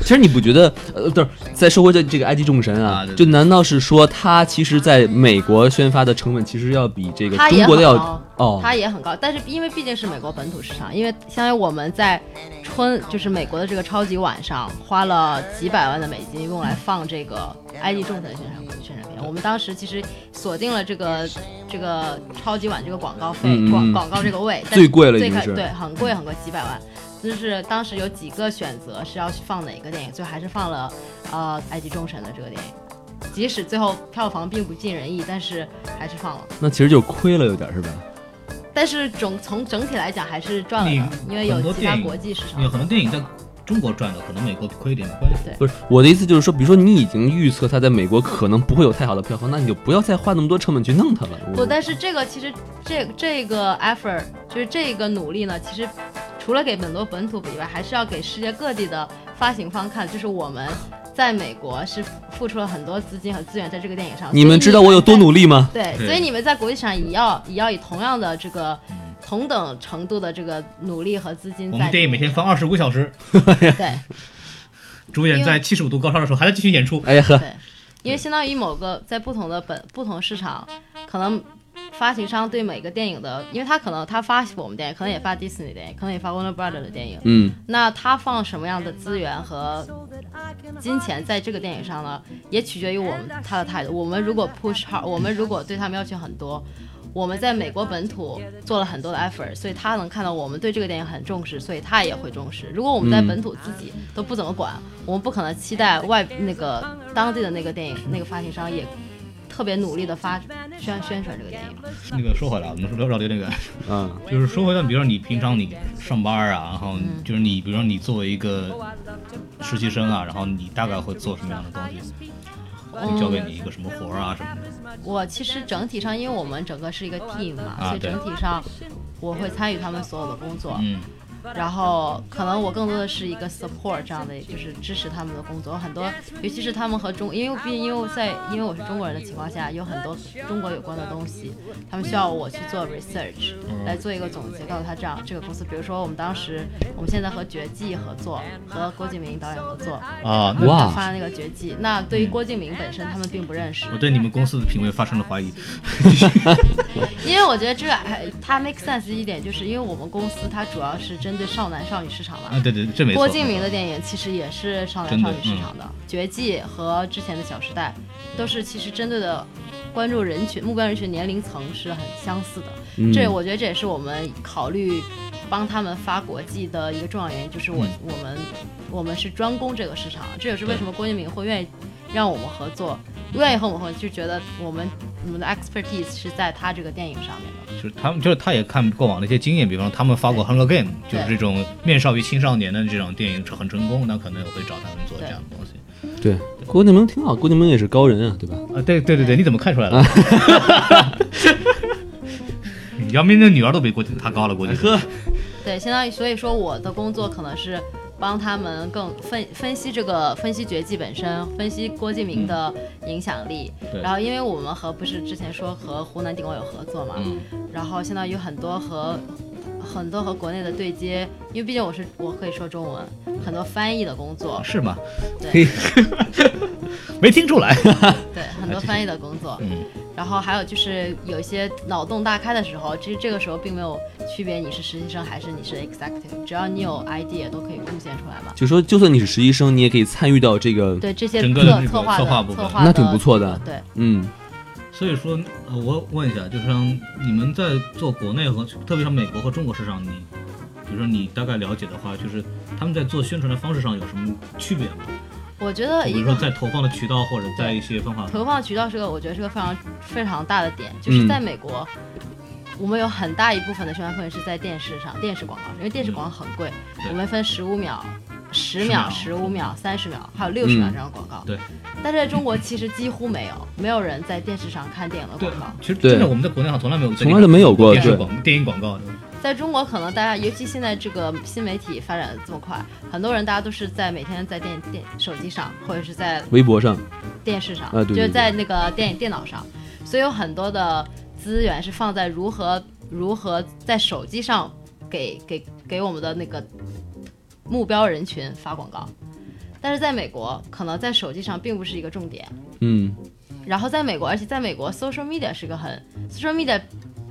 S4: 其实你不觉得？呃，等会儿再说回这这个埃及众神啊，
S3: 啊对对
S4: 就难道是说他其实在美国宣发的成本其实要比这个
S5: 他
S4: 中
S5: 也
S4: 国
S5: 很
S4: 的要
S5: 高，
S4: 哦
S5: 它也很高，但是因为毕竟是美国本土市场，因为相当于我们在春，就是美国的这个超级晚上，花了几百万的美金用来放这个埃及
S4: 嗯
S5: 众神的宣传宣传片。我们当时其实锁定了这个这个超级晚这个广告费、
S4: 嗯嗯
S5: 广
S4: 嗯
S5: 广告这个位，但
S4: 最贵了
S5: 最
S4: 已经
S5: 开
S4: 是
S5: 对，很贵很贵，几百万。就是当时有几个选择是要去放哪个电影，最后还是放了呃《埃及众神》的这个电影，即使最后票房并不尽人意，但是还是放了。
S4: 那其实就亏了有点儿是吧？
S5: 但是总从整体来讲还是赚了的，
S3: 你
S5: 因为有
S3: 很多
S5: 其他
S3: 电影
S5: 国际市场
S3: 有。很多电影在中国赚的，可能美国亏一点没关系。
S4: 不是我的意思就是说，比如说你已经预测他在美国可能不会有太好的票房，那你就不要再花那么多成本去弄他了。我
S5: 不，但是这个其实这这个 effort 就是这个努力呢，其实除了给本多本土以外，还是要给世界各地的发行方看，就是我们在美国是付出了很多资金和资源在这个电影上。
S4: 你们知道我有多
S5: 力？
S4: 努力吗？
S5: 对，
S3: 对
S5: 所以你们在国际上也要也要以同样的这个同等程度的这个努力和资金
S3: 我
S5: 在
S3: 们电影每天放二十五小时， [LAUGHS]
S5: 对。
S3: 主演在七十五度高烧的时候还在继续演出。
S4: 哎呀呵，
S5: 对，因为相当于某个在不同的本不同市场，可能发行商对每个电影的，因为他可能他发我们电影，可能也发迪士尼电影，可能也发 Warner Brother 的电影，
S4: 嗯，
S5: 那他放什么样的资源和金钱在这个电影上呢，也取决于我们他的态度。我们如果 push hard，我们如果对他们要求很多。我们在美国本土做了很多的 effort，所以他能看到我们对这个电影很重视，所以他也会重视。如果我们在本土自己都不怎么管，我们不可能期待外那个当地的那个电影那个发行商也特别努力的发宣宣传这个电影。
S3: 那个说回来，我们说绕这那个，
S4: 嗯，
S3: 就是说回到，比如说你平常你上班啊，然后就是你，比如说你作为一个实习生啊，然后你大概会做什么样的东西？会交给你一个什么活儿啊什么的？
S5: 我其实整体上，因为我们整个是一个 team 嘛，
S3: 啊
S5: 所以
S3: 对
S5: 整体上我会参与他们所有的工作，
S3: 嗯，
S5: 然后可能我更多的是一个 support 这样的，就是支持他们的工作。很多，尤其是他们和中，因为毕竟因为在因为我是中国人的情况下，有很多中国有关的东西，他们需要我去做 research 来做一个总结，告诉他这样这个公司，比如说我们当时我们现在和爵记合作，和郭敬明导演合作，
S3: 啊，
S4: 哇
S5: 他发那个爵记，那对于郭敬明本身他们并不认识
S3: 我，对你们公司的品味发生了怀疑。
S5: 因为我觉得这个还它 make sense 一点，就是因为我们公司它主要是针对少男少女市场
S3: 啊，
S5: 嘛。
S3: 对对，这没错。嗯
S5: 郭敬明的电影其实也是少男少女市场的，绝技》和之前的《小时代》都是其实针对的关注人群、目标人群年龄层是很相似的。
S4: 嗯
S3: 嗯
S5: 这我觉得这也是我们考虑帮他们发国际的一个重要原因，就是我、
S3: 嗯
S5: 我们我们是专攻这个市场，啊这也是为什么郭敬明会愿意让我们合作，愿意和我们合作，就觉得我们我们的 expertise 是在他这个电影上面的。
S3: 就是他们，就是他也看过往的一些经验，比方说他们发过《Hunger Game》，就是这种面少于青少年的这种电影很成功，那可能也会找他们做这样的东西。
S4: 对，郭敬明挺好，郭敬明也是高人啊，对吧？
S3: 啊，对对对对，你怎么看出来了？ [LAUGHS] 杨明的女儿都比郭靖他高了，估计。呵，
S5: 对，相当于所以说我的工作可能是帮他们更分分析这个分析绝技本身，分析郭敬明的影响力。
S3: 嗯对
S5: 然后因为我们和不是之前说和湖南顶广有合作嘛，
S3: 嗯
S5: 然后相当于很多和很多和国内的对接，因为毕竟我是我可以说中文，很多翻译的工作，
S3: 啊是吗？
S5: 对
S3: [LAUGHS] 没听出来。
S5: 对，很多翻译的工作。
S3: 嗯
S5: 然后还有就是有一些脑洞大开的时候，其实这个时候并没有区别你是实习生还是你是 executive，只要你有 idea 都可以贡献出来嘛。
S4: 就说就算你是实习生，你也可以参与到这个，
S5: 对这些
S3: 整
S5: 策
S3: 个的这个
S5: 策划
S3: 策划
S5: 的
S3: 部
S5: 策
S3: 分
S5: 划的
S4: 嗯那挺不错的
S5: 对，
S4: 嗯，
S3: 所以说，呃我问一下，就是像你们在做国内和特别像美国和中国市场，你比如说你大概了解的话，就是他们在做宣传的方式上有什么区别吗？
S5: 我觉得
S3: 比
S5: 呃一
S3: 如
S5: 个
S3: 说在投放的渠道或者在一些方法上。
S5: 投放渠道是个，我觉得是个非常非常大的点，就是
S4: 嗯
S5: 在美国，我们有很大一部分的宣传费是在电视上，电视广告上，因为电视广告很贵，
S3: 对
S5: 我们分十五秒、十秒、
S3: 10嗯秒
S5: 十五秒、三十秒，还有六十秒
S4: 嗯
S5: 这样的广告。
S3: 对，
S5: 但是在中国其实几乎没有，没有人在电视上看电影的
S3: 对
S5: 广告。，
S3: 其实
S4: 对
S3: 真的我们在国内好像从来没有在
S4: 从来都没有过
S3: 电视
S4: 对
S3: 广电影广告的，
S5: 在中国，可能大家尤其现在这个新媒体发展的这么快，很多人大家都是在每天在电电手机上，或者是在
S4: 微博上，
S5: 电视上，
S4: 啊对对
S5: 就是
S4: 对
S5: 在那个电电脑上，所以有很多的资源是放在如何如何在手机上给给给我们的那个目标人群发广告，但是在美国可能在手机上并不是一个重点，
S4: 嗯，
S5: 然后在美国，而且在美国 social media 是个很 social media。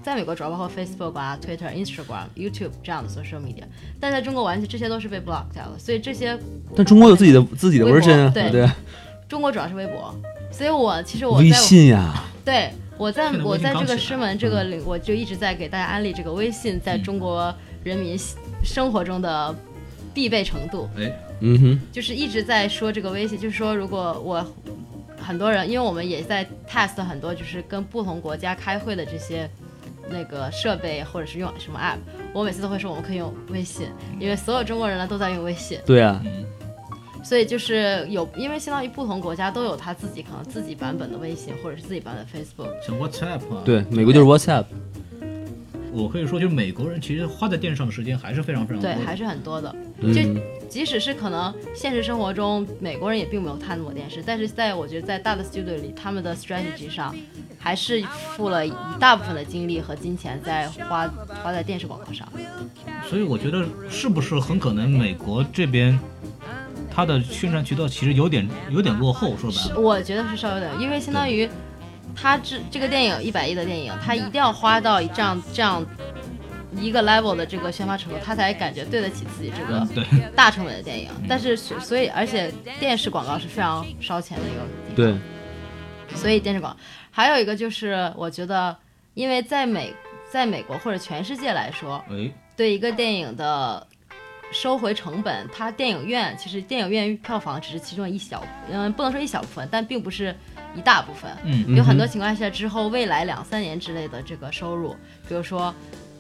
S5: 在美国主要包括 Facebook 啊、Twitter、Instagram、YouTube 这样的 social media，但在中国完全这些都是被 block 掉了，所以这些
S4: 但中国有自己的自己
S5: 嗯
S4: 的
S5: 微博
S4: version 啊，
S5: 对
S4: 对，
S5: 中国主要是微博，所以我其实我在
S4: 微
S5: 我
S4: 信啊呀，
S5: 对，我在
S3: 现在微信
S5: 我在
S3: 刚
S5: 这个
S3: 起来
S5: 师门这个领，我就一直在给大家安利这个微信在中国人民生活中的必备程度，
S3: 哎，
S4: 嗯哼，
S5: 就是一直在说这个微信，就是说如果我很多人，因为我们也在 test 很多，就是跟不同国家开会的这些。那个设备或者是用什么 app，我每次都会说我们可以用微信，因为所有中国人呢都在用微信，
S4: 对啊，
S5: 所以就是有，因为相当于不同国家都有他自己可能自己版本的微信或者是自己版本的 Facebook，
S3: 像 WhatsApp 啊，
S4: 对，美国就是 WhatsApp，
S3: 我可以说就是美国人其实花在电视上的时间还是非常非常多
S5: 对，
S3: 的，
S5: 还是很多的。就
S4: 嗯，
S5: 即使是可能现实生活中美国人也并没有看那么多电视，但是在我觉得在大的 studio 里，他们的 strategy 上还是付了一大部分的精力和金钱在花花在电视广告上。
S3: 所以我觉得是不是很可能美国这边它的宣传渠道其实有点有点落后，说白了，
S5: 我觉得是稍微有点，因为相当于他这这个电影一百亿的电影，他一定要花到这样这样一个 level 的这个宣发程度，他才感觉对得起自己这个
S3: 对
S5: 大成本的电影。但是所以而且电视广告是非常烧钱的一个地方。
S4: 对，
S5: 所以电视广，还有一个就是，我觉得，因为在美，在美国或者全世界来说，
S3: 哎，
S5: 对一个电影的收回成本，它电影院其实电影院票房只是其中一小，嗯，不能说一小部分，但并不是一大部分。
S3: 嗯，
S5: 有很多情况下，之后未来两三年之内的这个收入，比如说，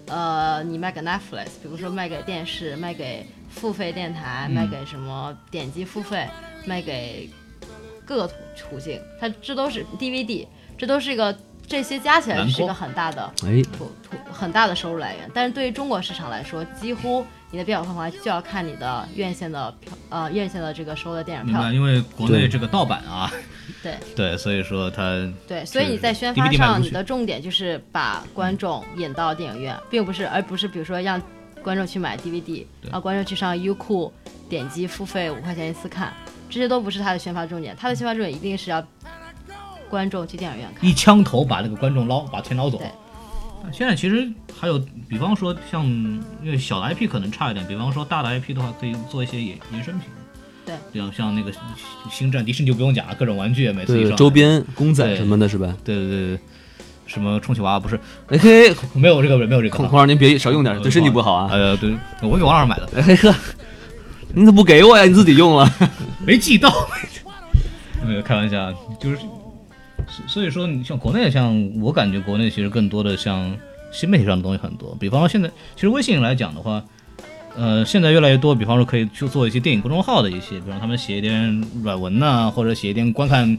S5: 呃，你卖给 Netflix，比如说卖给电视，卖给付费电台，
S3: 嗯
S5: 卖给什么点击付费，卖给各个途途径，它这都是 DVD，这都是一个这些加起来
S3: 蓝
S5: 是一个
S3: 光
S5: 很大的
S4: 哎，
S5: 途途很大的收入来源。但是对于中国市场来说，几乎你的票房来就要看你的院线的票，呃，院线的这个收的电影
S3: 明
S5: 票
S3: 白，，因为国内
S4: 对
S3: 这个盗版啊，
S5: 对。
S3: [LAUGHS] 对，所以说它
S5: 对，所以你在宣发
S3: DVD 卖不
S5: 上，
S3: 出去
S5: 你的重点就是把观众引到电影院，并不是，而不是比如说让观众去买 DVD，然后观众去上优酷点击付费五块钱一次看，这些都不是它的宣发重点。它的宣发重点一定是要观众去电影院看。
S3: 一枪头把那个观众捞，把钱捞走啊
S5: 对。
S3: 现在其实还有，比方说像因为小的 IP 可能差一点，比方说大的 IP 的话，可以做一些衍衍生品。
S5: 对，
S3: 像像那个星战，迪士尼就不用讲了，各种玩具每次一
S4: 对，
S3: 上
S4: 周，边公仔
S3: 对
S4: 什么的是吧？
S3: 对对对对，什么充气娃娃不是
S4: 哎嘿，
S3: 没有这个没有这个
S4: 孔孔老师您别少用点，对身体不好啊。
S3: 呃，对，我给王老师买的，
S4: 哎嘿呵，你怎么不给我呀？你自己用了。
S3: 没寄到。 [LAUGHS] 没有开玩笑啊，就是，所所以说你像国内，像我感觉国内其实更多的像新媒体上的东西很多，比方说现在其实微信来讲的话，呃，现在越来越多，比方说可以去做一些电影公众号的一些，比方他们写一点软文呐、或者写一点观看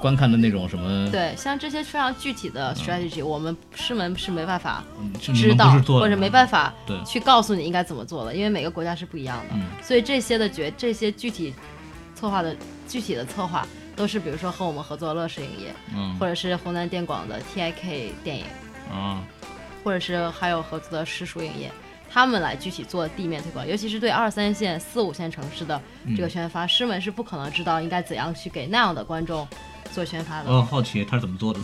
S3: 观看的那种什么，
S5: 对，像这些非常具体的 strategy，、我们师门是没办法
S3: 是嗯你
S5: 知
S3: 们
S5: 道
S3: 不是做的
S5: 或者没办法
S3: 对嗯
S5: 去告诉你应该怎么做的，因为每个国家是不一样的，所以这些的决这些具体策划的具体的策划都是比如说和我们合作的乐视影业，
S3: 嗯
S5: 或者是湖南电广的 TIK 电影，
S3: 啊，
S5: 或者是还有合作的实属影业，他们来具体做地面推广，尤其是对二三线、四五线城市的这
S3: 嗯
S5: 个宣发，师门是不可能知道应该怎样去给那样的观众做宣发的。
S3: 我很啊好奇他是怎么做的，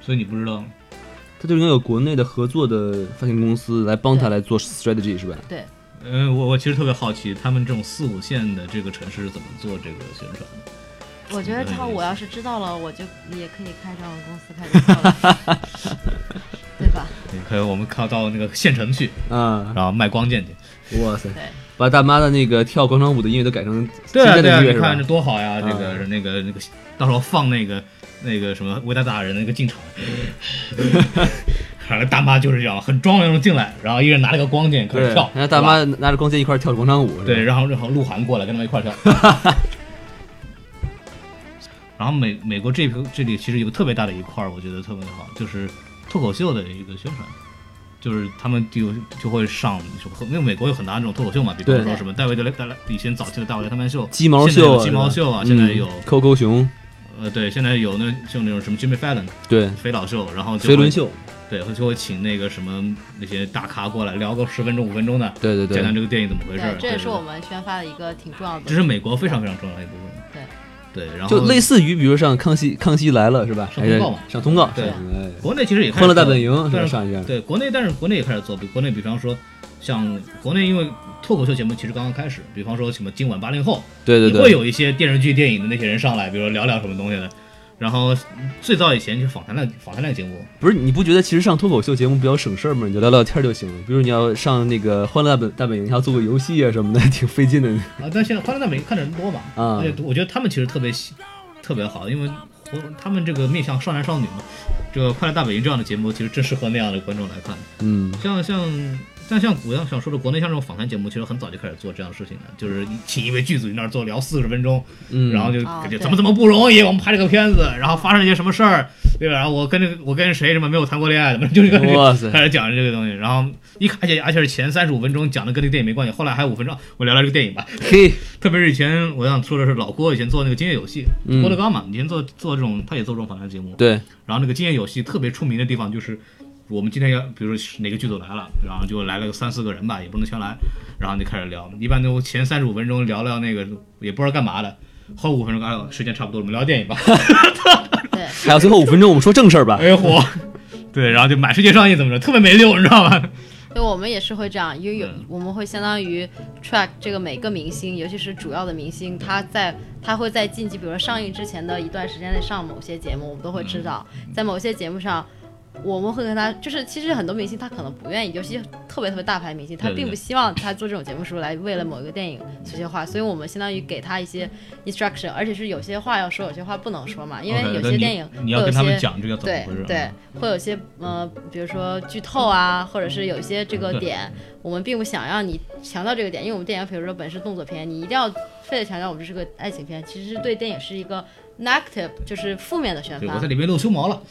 S3: 所以你不知道吗，
S4: [LAUGHS] 他就应该有国内的合作的发行公司来帮他
S5: 对
S4: 来做 strategy 是吧？
S5: 对，
S3: 嗯、我我其实特别好奇他们这种四五线的这个城市是怎么做这个宣传的。
S5: 我觉得
S3: 对
S5: 之后我要是知道了，我就也可以开上公司开始做了，
S3: [LAUGHS]
S5: 对吧？
S3: 也可以，我们靠到那个县城去，
S4: 啊，
S3: 然后卖光剑去。
S4: 哇塞，
S5: 对，
S4: 把大妈的那个跳广场舞的音乐都改成现
S3: 对啊
S4: 在
S3: 对
S4: 的
S3: 啊，
S4: 音乐
S3: 你
S4: 是
S3: 看
S4: 吧啊
S3: 这？多好呀！这个那个那个，
S4: [LAUGHS]
S3: [LAUGHS] 到时候放那个那个什么维达大人那个进场，反正大妈就是这样，很庄严的进来，然后一人拿了个光剑开
S4: 对，
S3: 始跳
S4: 然，后大
S3: 是吧
S4: 妈拿着光剑一块儿跳广场舞，是吧
S3: 对，，然后正好鹿晗过来跟他们一块儿跳。
S4: [LAUGHS]
S3: [LAUGHS] 然后美美国这批这里其实有个特别大的一块儿，我觉得特别好，就是脱口秀的一个宣传，就是他们就就会上，就因为美国有很大那种脱口秀嘛，比方
S4: 对
S3: 说什么戴维德莱戴莱以前早期的戴维德莱曼秀、
S4: 鸡毛
S3: 现在
S4: 秀
S3: 有
S4: 啊，
S3: 鸡毛秀啊，
S4: 嗯
S3: 现在有、
S4: QQ 熊，
S3: 呃对，现在有那就那种什么 Jimmy Fallon
S4: 对，
S3: 肥佬秀，然后就
S4: 飞轮
S3: 会
S4: 秀，
S3: 对，会就会请那个什么那些大咖过来聊个十分钟五分钟的，
S4: 对对
S3: 讲讲
S4: 对，
S3: 这个电影怎么回事
S5: 对
S3: 儿，，
S5: 这也是
S3: 对
S5: 我们宣发的一个挺重要的。
S3: 这是美国非常非常重要的一部分。
S5: 对
S3: 对，然后
S4: 就类似于比如上康熙康熙来了是吧？
S3: 上通告嘛
S4: 哎上通告，
S3: 对
S4: 上通告哎
S3: 国内其实也开始
S4: 欢乐大
S3: 做
S4: 本营是
S3: 但
S4: 吧？
S3: 是
S4: 上一遍，
S3: 对国内，但是国内也开始做，比国内比方说像国内因为脱口秀节目其实刚刚开始，比方说什么今晚八零后，
S4: 对对
S3: 也会
S4: 对，
S3: 有一些电视剧、电影的那些人上来，比如说聊聊什么东西的。然后最早以前就访谈类访谈类节目，
S4: 不是你不觉得其实上脱口秀节目比较省事儿吗？你就聊聊天儿就行了。比如你要上那个《欢乐大本大本营》，还要做个游戏啊什么的， [LAUGHS] 挺费劲的。
S3: 啊，但现在《欢乐大本营》看的人多嘛，而
S4: 啊
S3: 且我觉得他们其实特别喜特别好，因为我他们这个面向少男少女嘛，这个《快乐大本营》这样的节目其实真适合那样的观众来看。
S4: 嗯，
S3: 像像但像我要想说的，国内像这种访谈节目，其实很早就开始做这样的事情了，就是请一位剧组那儿做聊四十分钟，
S4: 嗯
S3: 然后就
S5: 哦
S3: 感觉
S5: 对
S3: 怎么怎么不容易，我们拍这个片子，然后发生了一些什么事儿，对吧？然后我跟这个我跟谁什么没有谈过恋爱，怎么就是跟这个
S4: 哇塞
S3: 开始讲这个东西，然后一而且而且是前三十五分钟讲的跟这个电影没关系，后来还有五分钟，我聊聊这个电影吧。
S4: 嘿，
S3: 特别是以前我想说的是，老郭以前做那个今夜有戏，
S4: 嗯
S3: 郭德纲嘛，以前做做这种他也做这种访谈节目，
S4: 对，
S3: 然后那个今夜有戏特别出名的地方就是，我们今天要，比如说哪个剧组来了，然后就来了个三四个人吧，也不能全来，然后就开始聊，一般都前三十五分钟聊聊那个也不知道干嘛的，后五分钟哎呦时间差不多了，我们聊电影吧， [LAUGHS]
S5: 对，
S4: 还有最后五分钟，我们说正事儿吧。
S3: 哎呦火，对，然后就满世界上映怎么着，特别没溜，你知道吗？
S5: 对，我们也是会这样，因为有
S3: 嗯
S5: 我们会相当于 track 这个每个明星，尤其是主要的明星，他在他会在近期，比如说上映之前的一段时间内上某些节目，我们都会
S3: 嗯
S5: 知道，在某些节目上。我们会跟他，就是其实很多明星他可能不愿意，尤其特别特别大牌明星，他
S3: 对对
S5: 并不
S3: 对
S5: 希望他做这种节目时候来为了某一个电影说些话，所以我们相当于给他一些 instruction，而且是有些话要说，有些话不能说嘛，因为
S3: OK，
S5: 有
S3: 那
S5: 些
S3: 你
S5: 电影
S3: 你
S5: 会
S3: 要
S5: 有
S3: 跟他们
S5: 些
S3: 讲这个怎么
S5: 对
S3: 回事，啊
S5: 对，会有些呃，比如说剧透
S3: [LAUGHS]
S5: 啊，或者是有一些这个
S3: 对
S5: 点，我们并不想让你强调这个点，因为我们电影比如说本是动作片，你一定要非得强调我们这是个爱情片，其实是对电影是一个 negative，就是负面的宣
S3: 对，
S5: 发
S3: 我在。里面露胸毛了。
S5: [LAUGHS]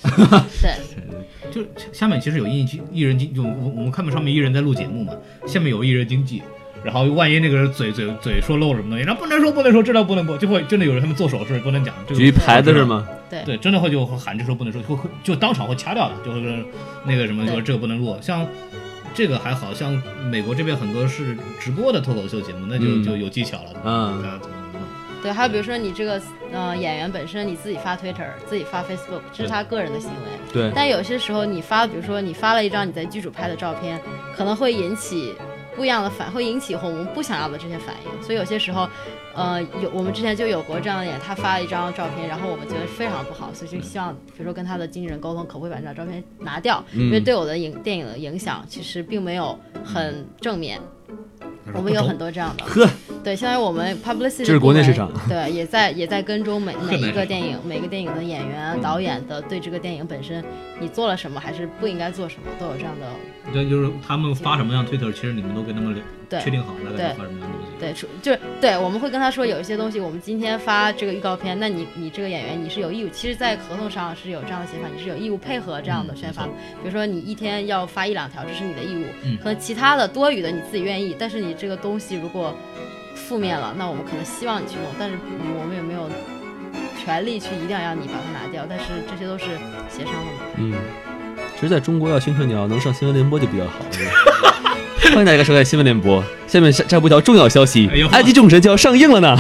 S5: 对
S3: [LAUGHS] 就是下面其实有艺人艺人经，就我我们看不上面艺人在录节目嘛，下面有艺人经纪，然后万一那个人嘴嘴嘴说漏了什么东西，然后不能说不能说，这道不能播，就会真的有人他们做手势不能讲，这个
S4: 举一牌子是？吗？
S3: 对，真的会就会喊这时候不能说，会会就当场会掐掉的，就会说那个什么，
S5: 对
S3: 就是这个不能录。像这个还好像美国这边很多是直播的脱口秀节目，那就、
S4: 嗯
S3: 就有技巧了，
S4: 嗯
S3: 大家怎么怎么弄
S5: 对，还有比如说你这个呃演员本身你自己发 Twitter，自己发 Facebook，这是他个人的行为。
S4: 对，
S5: 但有些时候你发，比如说你发了一张你在剧组拍的照片，可能会引起不一样的反，会引起我们不想要的这些反应。所以有些时候，呃，有我们之前就有过这样的演员，他发了一张照片，然后我们觉得非常不好，所以就
S4: 嗯
S5: 希望，比如说跟他的经纪人沟通，可不可以把这张照片拿掉，因
S4: 嗯
S5: 为对我的影电影的影响其实并没有很正面。我们有很多这样的，
S4: 呵，
S5: 对，相当于我们 publicity
S4: 这是国内
S5: 部门
S4: 市场
S5: 对，也在也在跟踪每每
S3: 内
S5: 一
S3: 市
S5: 个
S3: 场
S5: 电影、每个电影的演员、导演的对这个电影本身，你做了什么还是不应该做什么，都有这样的
S3: 对，就是他们发什么样推特，其实你们都跟他们聊
S5: 对
S3: 确定好大概
S5: 对
S3: 要发什么样的东西。
S5: 对，除就是对，我们会跟他说有一些东西，我们今天发这个预告片，那你你这个演员你是有义务，其实，在合同上是有这样的写法，你是有义务配合这样的宣发。比如说你一天要发一两条，这是你的义务，
S3: 嗯
S5: 可能其他的多余的你自己愿意，但是你这个东西如果负面了，那我们可能希望你去弄，但是我们也没有权利去一定要让你把它拿掉，但是这些都是协商的嘛。
S4: [LAUGHS] 嗯，其实在中国要宣传你要能上新闻联播就比较好。是吧 [LAUGHS] 欢迎大家收看新闻联播。下面下下播一条重要消息
S3: 哎呦，
S4: 《埃及众神》就要上映了呢，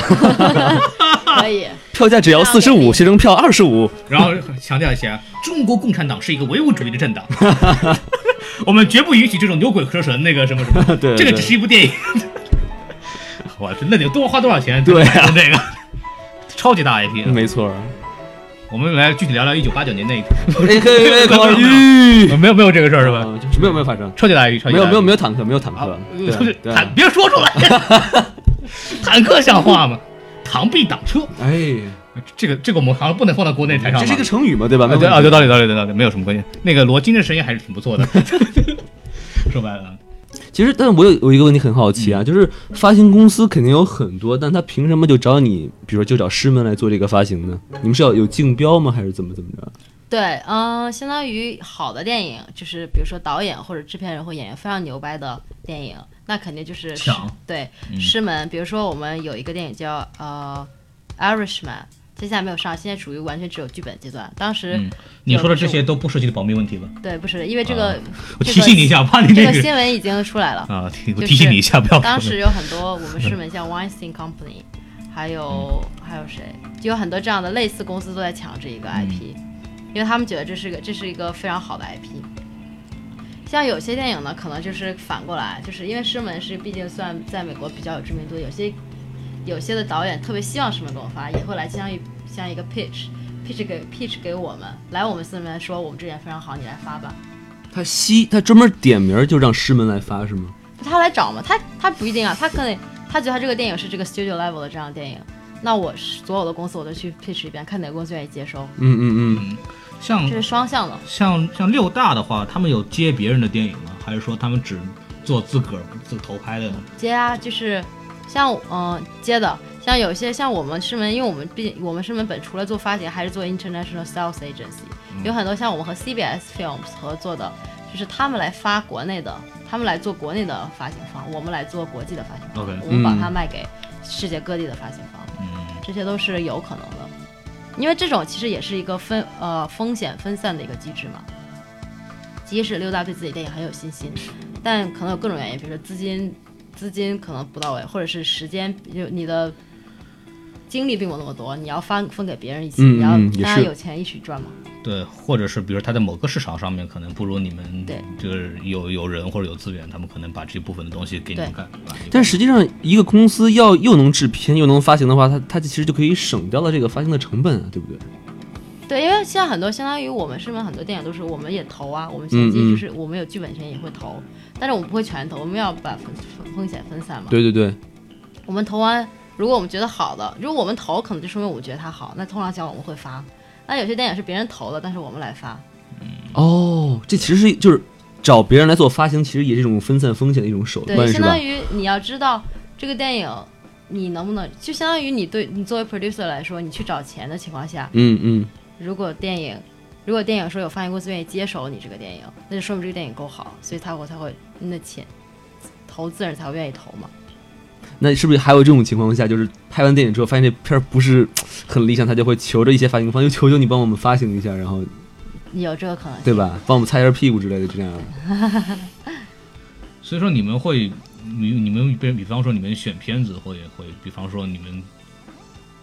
S4: [LAUGHS]
S5: 可以，
S4: 票价只要四十五，学生票二十五。 [LAUGHS]
S3: 然后强调一下，中国共产党是一个唯物主义的政党， [LAUGHS] 我们绝不允许这种牛鬼蛇神那个什么什么。
S4: 对
S3: 这个
S4: 对
S3: 只是一部电影。 [LAUGHS] 我那得多花多少钱？
S4: 对啊嗯
S3: 这个超级大 IP 啊。
S4: 没
S3: [LAUGHS]
S4: 错儿。
S3: 我们来具体聊聊一九八九年那一
S4: 哎嘿，哎
S3: 没有
S4: 考
S3: 没有
S4: 虑
S3: 没有没有这个事儿是吧？
S4: 啊就是没有没有发生，
S3: 超级大 IP，超级
S4: 没
S3: 大 IP
S4: 有没有没有坦克，没有坦克
S3: 啊，，
S4: 对对，
S3: 坦
S4: [LAUGHS]
S3: 别说出来，坦克像话吗？螳臂挡车，
S4: 哎，
S3: 这个这个我们好像不能放到国内台上吧。
S4: 这是一个成语嘛，对吧？
S3: 啊，对啊，有道理，道理，道理，没有什么关系。那个罗京的声音还是挺不错的， [LAUGHS] 说白了，啊
S4: 其实，但是我有有一个问题很好奇啊，就是发行公司肯定有很多，但他凭什么就找你，比如说就找师门来做这个发行呢？你们是要有竞标吗？还是怎么怎么着？
S5: 对，嗯、相当于好的电影，就是比如说导演或者制片人或演员非常牛掰的电影，那肯定就是师
S3: 抢嗯
S5: 对、师门。比如说我们有一个电影叫呃《Irishman》，现在没有上，现在属于完全只有剧本阶段。当时、
S3: 嗯啊你说的这些都不涉及保密问题吧？
S5: 对，不是因为这
S3: [LAUGHS]
S5: 个，
S3: 我
S5: 这
S3: 提
S5: 个
S3: 醒你一下，怕你
S5: 这
S3: 那
S5: 个
S3: 个
S5: 新闻已经出来了。
S3: 啊，提
S5: 就
S3: 我
S5: 是
S3: 提醒你一下，不要
S5: 当
S3: 说
S5: 时有很多我们师门像 Weinstein Company，还有、还有谁，就有很多这样的类似公司都在抢这一个 IP，、因为他们觉得这是个这是一个非常好的 IP。像有些电影呢，可能就是反过来，就是因为师门是毕竟算在美国比较有知名度，有些有些的导演特别希望师门给我发，也会来相当于像一个 pitch。pitch 给 pitch 给我们，来我们四门说我们这点非常好，你来发吧。
S4: 他吸他专门点名儿就让师门来发是吗？
S5: 他来找嘛，他他不一定啊，他可能他觉得他这个电影是这个 studio level 的这样的电影，那我是所有的公司我都去 pitch 一遍，看哪个公司愿意接收，
S4: 嗯嗯嗯，
S3: 像
S5: 这是双向的。
S3: 像像六大的话，他们有接别人的电影吗？还是说他们只做自个儿自投拍的？
S5: 接啊，就是像嗯、呃接的，像有些像我们师门，因为我们毕我们师门本除了做发行，还是做 international sales agency，、有很多像我们和 CBS Films 合作的，就是他们来发国内的，他们来做国内的发行方，我们来做国际的发行方
S3: OK
S5: 我们把
S4: 嗯
S5: 它卖给世界各地的发行方。
S3: 嗯，
S5: 这些都是有可能的，因为这种其实也是一个分呃风险分散的一个机制嘛。即使六大对自己电影很有信心，但可能有各种原因，比如说资金资金可能不到位，或者是时间，就你的精力并没有那么多，你要分分给别人一起，
S4: 嗯
S5: 你要
S4: 嗯也
S5: 大家
S4: 是
S5: 有钱一起赚嘛。
S3: 对，或者是比如他在某个市场上面可能不如你们，
S5: 对，
S3: 就是有有人或者有资源，他们可能把这部分的东西给你们干。把你们
S4: 但实际上一个公司要又能制片又能发行的话，它它其实就可以省掉了这个发行的成本啊，对不对？
S5: 对，因为现在很多相当于我们师门很多电影都是我们也投啊，我们前期
S4: 嗯嗯
S5: 就是我们有剧本前也会投，但是我们不会全投，我们要把风风风险分散嘛。
S4: 对对对，
S5: 我们投完，如果我们觉得好的，如果我们投，可能就说明我们觉得它好，那通常讲我们会发。那有些电影是别人投的，但是我们来发，
S4: 哦，这其实是就是找别人来做发行，其实也是一种分散风险的一种手
S5: 对，
S4: 段，
S5: 相
S4: 是吧
S5: 当？于你要知道这个电影你能不能，就相当于你对你作为 producer 来说，你去找钱的情况下，
S4: 嗯嗯，
S5: 如果电影如果电影说有发行公司愿意接手你这个电影，那就说明这个电影够好，所以他会才会那钱投资人才会愿意投嘛。
S4: 那是不是还有这种情况下，就是拍完电影之后发现这片儿不是很理想，他就会求着一些发行方，就求求你帮我们发行一下，然后
S5: 有这个可能性，
S4: 对吧，帮我们擦一下屁股之类的，这样。
S3: 所以说你们会，你你们比比方说你们选片子会会，比方说你们，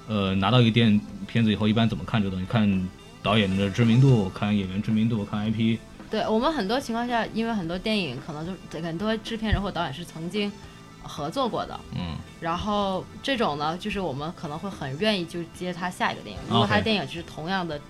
S3: 呃，拿到一个电片子以后，一般怎么看这个东西？看导演的知名度，看演员知名度，看 IP。
S5: 对我们很多情况下，因为很多电影可能就是很多制片人或导演是曾经合作过的，
S3: 嗯，
S5: 然后这种呢，就是我们可能会很愿意就接他下一个电影，如果他的
S3: OK
S5: 电影就是同样的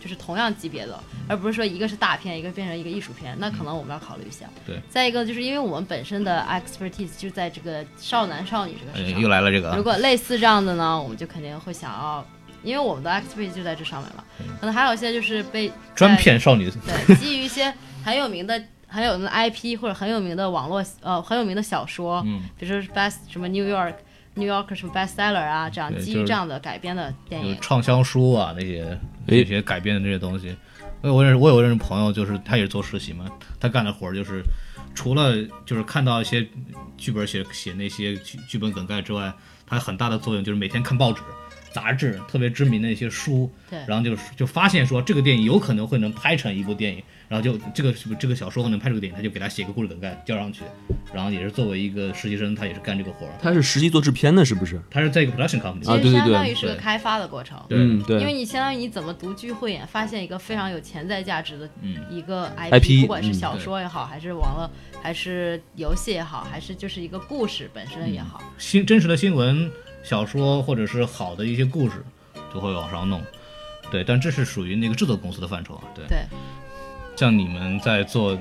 S5: 就是同样级别的，
S3: 嗯
S5: 而不是说一个是大片，一个变成一个艺术片，那可能我们要考虑一下。
S3: 对
S5: 再一个就是因为我们本身的 expertise 就在这个少男少女这个市场，
S3: 又来了这个啊
S5: 如，果类似这样的呢，我们就肯定会想要，因为我们的 expertise 就在这上面嘛。
S3: 嗯
S5: 可能还有一些就是被在
S3: 专骗少女。
S5: 对，基于一些很有名的、很有名的 IP 或者很有名的网络呃很有名的小说，
S3: 嗯，
S5: 比如说是 best 什么 New York、New Yorker 什么 bestseller 啊，这样
S3: 对
S5: 基
S3: 就
S5: 于
S3: 是
S5: 这样的改编的电
S3: 有
S5: 影，
S3: 畅销书啊那些
S4: 哎
S3: 那些改编的这些东西。我我认识我有认识朋友，就是他也是做实习嘛，他干的活儿就是除了就是看到一些剧本写写那些剧剧本梗概之外，他很大的作用就是每天看报纸、杂志，特别知名的一些书，
S5: 对
S3: 然后就是就发现说这个电影有可能会能拍成一部电影，然后就这个这个小说能拍这个电影，他就给他写个故事梗概交上去，然后也是作为一个实习生，他也是干这个活儿，
S4: 他是实际做制片的，是不是？
S3: 他是在一个 production company，、
S4: 啊
S5: 其实
S4: 对对
S5: 相
S4: 对
S5: 当于是个
S3: 对
S5: 开发的过程。
S3: 对
S4: 嗯，
S5: 因为
S4: 对。
S5: 你相当于你怎么独具慧眼，发现一个非常有潜在价值的
S3: 嗯
S5: 一个 IP，,
S4: IP
S5: 不管是
S4: 嗯
S5: 小
S3: 对
S5: 说也好，还是网络，还是游戏也好，还是就是一个故事本身也好，
S3: 新真实的新闻、小说或者是好的一些故事，就会往上弄。对，但这是属于那个制作公司的范畴啊。对，
S5: 对。
S3: 像你们在做，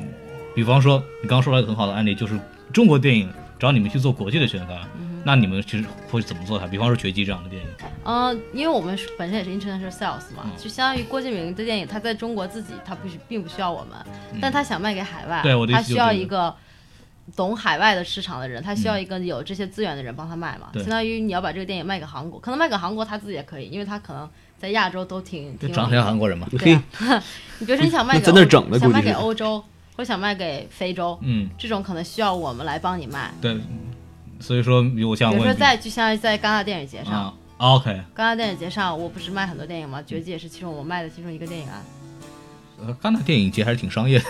S3: 比方说你刚刚说了一个很好的案例，就是中国电影找你们去做国际的宣发，那你们其实会怎么做它？比方说《绝技》这样的电影，
S5: 嗯，因为我们是本身也是 international sales 嘛，就相当于郭敬明的电影，他在中国自己他不需并不需要我们，但他想卖给海外，
S3: 嗯对我的意
S5: 他
S3: 思就
S5: 需
S3: 是这
S5: 要
S3: 个嗯
S5: 一个懂海外的市场的人，他需要一个有这些资源的人帮他卖嘛，
S3: 对
S5: 相当于你要把这个电影卖给韩国，可能卖给韩国他自己也可以，因为他可能在亚洲都挺
S3: 就
S5: 挺有
S3: 长得
S5: 名
S3: 像
S5: 的
S3: 韩国人嘛。
S5: 对、啊，你比如说你想卖给
S4: 那在那儿
S5: 欧
S4: 整的
S5: 想
S4: 估计
S5: 卖给
S4: 是
S5: 欧洲，或者想卖给非洲，
S3: 嗯，
S5: 这种可能需要我们来帮你卖。
S3: 对。所以说，我想
S5: 比
S3: 问
S5: 如说
S3: 你，
S5: 在就像在戛纳电影节上，
S3: 啊，OK，嗯
S5: 戛纳电影节上我不是卖很多电影吗？《绝技》也是其中我卖的其中一个电影啊。
S3: 呃戛纳电影节还是挺商业的，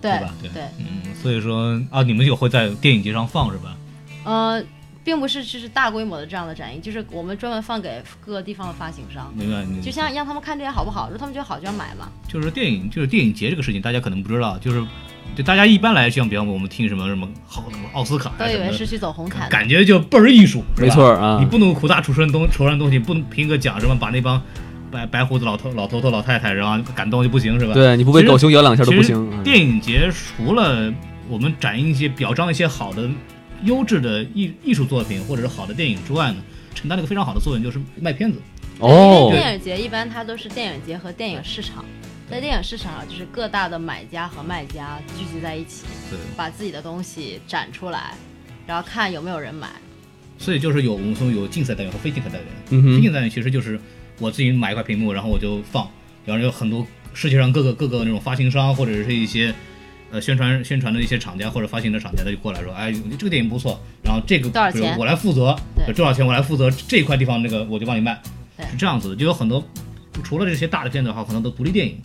S5: 对
S3: 吧？对，嗯，所以说啊，你们有会在电影节上放是吧？
S5: 呃，并不是就是大规模的这样的展映，就是我们专门放给各个地方的发行商，
S3: 明白你
S5: 就像让他们看这些好不好，如果他们觉得好就要买嘛。
S3: 就是电影，就是电影节这个事情，大家可能不知道，就是就大家一般来像比方我们听什么什么好
S5: 嗯
S3: 什么奥斯卡
S5: 都
S3: 啊
S5: 以
S3: 什
S5: 为
S3: 么
S5: 是
S3: 的，
S5: 去走红毯的，
S3: 感觉就倍儿艺术，是吧
S4: 没错儿啊
S3: 你不能苦大仇深东仇深东西，不能评个奖什么把那帮白白胡子老头老头头老太太然后感动就不行是吧？
S4: 对，你不被
S3: 其实
S4: 狗熊咬两下都
S3: 其
S4: 不
S3: 实
S4: 行。嗯
S3: 电影节除了我们展映一些表彰一些好的、优质的艺艺术作品或者是好的电影之外呢，承担了一个非常好的作用，就是卖片子。
S4: 哦
S5: 因为，电影节一般它都是电影节和电影市场，在电影市场啊上就是各大的买家和卖家聚集在一起，
S3: 对，
S5: 把自己的东西展出来，然后看有没有人买。
S3: 所以就是有我们说有竞赛单元和非竞赛单元。
S4: 嗯哼
S3: 非竞赛单元其实就是我自己买一块屏幕，然后我就放，然后有很多世界上各个各个那种发行商或者是一些。呃，宣传宣传的一些厂家或者发行的厂家，他就过来说，哎，这个电影不错，然后这个
S5: 多少钱
S3: 比如我来负责，
S5: 对
S3: 多少钱我来负责这一块地方那个我就帮你卖，
S5: 对
S3: 是这样子的，就有很多除了这些大的片子的话，很多的独立电影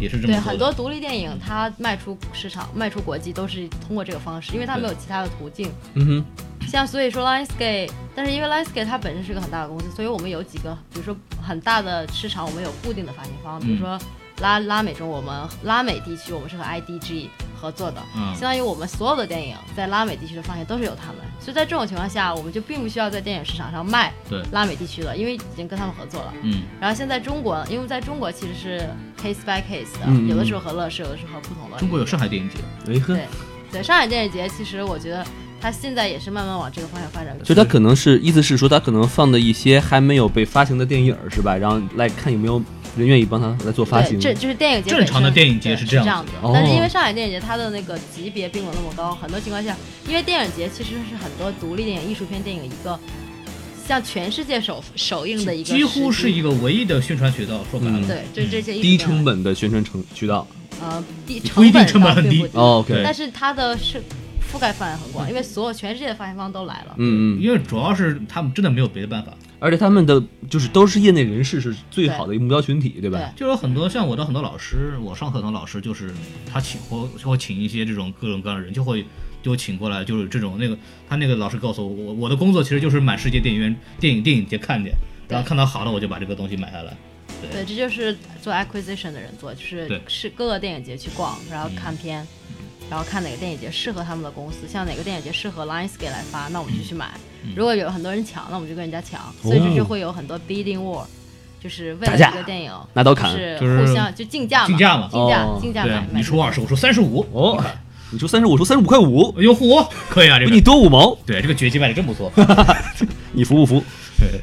S3: 也是这
S5: 对，
S3: 么做的
S5: 很多独立电影它卖出市场、卖出国际都是通过这个方式，因为它没有其他的途径。
S4: 嗯哼，
S5: 像所以说 Lionsgate，但是因为 Lionsgate 它本身是个很大的公司，所以我们有几个，比如说很大的市场，我们有固定的发行方，
S4: 嗯
S5: 比如说拉拉美中，我们拉美地区我们是和 IDG 合作的，
S3: 嗯
S5: 相当于我们所有的电影在拉美地区的放映都是由他们，所以在这种情况下，我们就并不需要在电影市场上卖
S3: 对
S5: 拉美地区的，因为已经跟他们合作了。
S3: 嗯，
S5: 然后现在中国，因为在中国其实是 case by case 的，
S4: 嗯嗯
S5: 有的时候和乐视，有的时候和不同的。
S3: 中国有上海电影节，
S4: 哎呵
S5: 对，对，上海电影节其实我觉得它现在也是慢慢往这个方向发展。
S4: 就它可能是意思是说，它可能放的一些还没有被发行的电影儿是吧？然后来看有没有人愿意帮他来做发
S5: 对，
S4: 行。
S5: 这就是电影节
S3: 正
S5: 本
S3: 常的
S5: 身
S3: 电影节
S5: 对
S3: 是
S5: 是
S3: 这样
S5: 样
S3: 子
S5: 子
S3: 的
S4: 哦
S5: 但是因为上海电影节它的那个级别并没有那么高，很多情况下，因为电影节其实是很多独立电影、艺术片电影一个向全世界首首映的一个
S3: 几乎
S5: 时
S3: 是
S5: 机
S3: 一个唯一的宣传渠道，说白了，
S4: 嗯
S5: 对，这这些艺术
S4: 低
S5: 片
S4: 成本的宣传成渠道。
S5: 呃低
S3: 不一定成本
S5: 倒
S3: 很
S5: 并
S3: 低
S5: 不低
S4: 哦，OK，
S5: 但是它的是覆盖范围很广，因为所有全世界的发行方都来了。
S4: 嗯嗯，
S3: 因为主要是他们真的没有别的办法，
S4: 而且他们的就是都是业内人士，是最好的一个目标群体，对吧？
S3: 就有很多像我的很多老师，我上课很多老师就是他请或或请一些这种各种各样的人，就会就请过来，就是这种那个他那个老师告诉我，我我的工作其实就是满世界电影院电影电影节看去，然后看到好的我就把这个东西买下来。
S5: 对，这就是做 acquisition 的人做，就是
S3: 对嗯
S5: 是各个电影节去逛，然后看片，然后看哪个电影节适合他们的公司，像哪个电影节适合 Lionsgate 来发，那我们就去买。
S3: 嗯
S5: 如果有很多人抢，那我们就跟人家抢，所以这就会有很多 bidding war，就是为
S4: 哦打
S5: 了
S4: 架
S5: 这个电影。
S4: 拿刀
S5: 就
S4: 砍。
S5: 是
S3: 就是
S5: 互相就竞价嘛，
S3: 竞价嘛
S5: 竞价
S4: 哦
S5: 竞价
S3: 对啊
S5: 买，，买
S3: 你出二十，我出三十五，
S4: 哦，你说三十五，我说三十五块五，
S3: 哟嚯，可以啊，这
S4: 比
S3: 个
S4: 你多五毛，
S3: 对这个绝技卖的真不错。
S4: 你服不服？
S3: [LAUGHS] 对，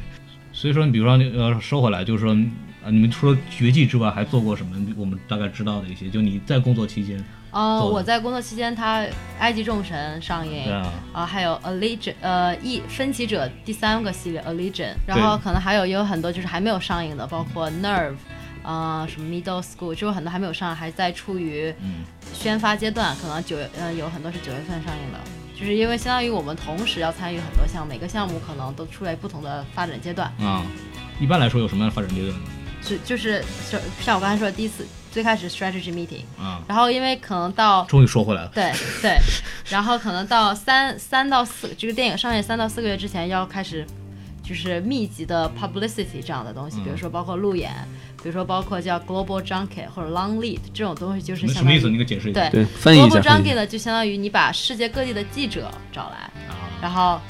S3: 所以说，你比如说，呃，说回来，就是说，啊，你们除了绝技之外，还做过什么？我们大概知道的一些，就你在工作期间，
S5: 呃，
S3: 做的
S5: 我在工作期间，他《埃及众神》上映，
S3: 对啊
S5: 还有《Allegiant》呃《一分歧者》第三个系列《Allegiant》，然后可能还有也有很多就是还没有上映的，包括《Nerve》呃，什么《Middle School》，就有很多还没有上，还在处于
S3: 嗯
S5: 宣发阶段，可能九月呃有很多是九月份上映的。就是因为相当于我们同时要参与很多项目，每个项目可能都处在不同的发展阶段，
S3: 啊，一般来说有什么样的发展阶段呢？
S5: 就就是像像我刚才说的第一次最开始 strategy meeting，
S3: 啊，
S5: 然后因为可能到
S3: 终于说回来了，
S5: 对对，然后可能到三三到四这个电影上映三到四个月之前要开始，就是密集的 publicity 这样的东西，比如说包括路演，比如说包括叫 global junket 或者 long lead 这种东西，就是
S3: 什么
S5: 相当
S3: 什么
S5: 于
S3: 意思？你给解释一下。
S5: 对
S4: 对，翻译一
S5: global
S4: 下，翻
S5: junket
S4: 译一下。
S5: 呢，就相当于你把世界各地的记者找来，
S3: 啊，
S5: 然后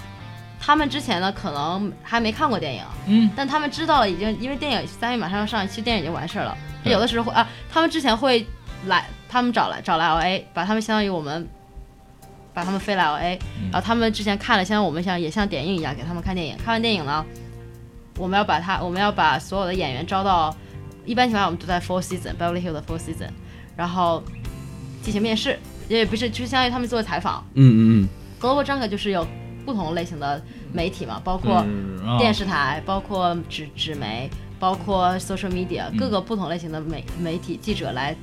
S5: 他们之前呢可能还没看过电影，
S3: 嗯，
S5: 但他们知道了已经，因为电影三月马上要上，其实电影已经完事儿了。
S3: 对
S5: 有的时候会啊，他们之前会来，他们找来找来 LA，把他们相当于我们把他们飞来 LA，然
S3: 嗯
S5: 后他们之前看了，像我们像也像点映一样给他们看电影，看完电影呢，我们要把他我们要把所有的演员招到，一般情况下我们都在 Four Season Beverly Hill 的 Four Season，然后进行面试，也不是就是相当于他们做采访
S4: 嗯嗯
S5: Global Junk 就是有不同类型的媒体嘛，包括
S3: 啊
S5: 电视台，包括纸纸媒，包括 social media，
S3: 嗯
S5: 各个不同类型的媒媒体记者来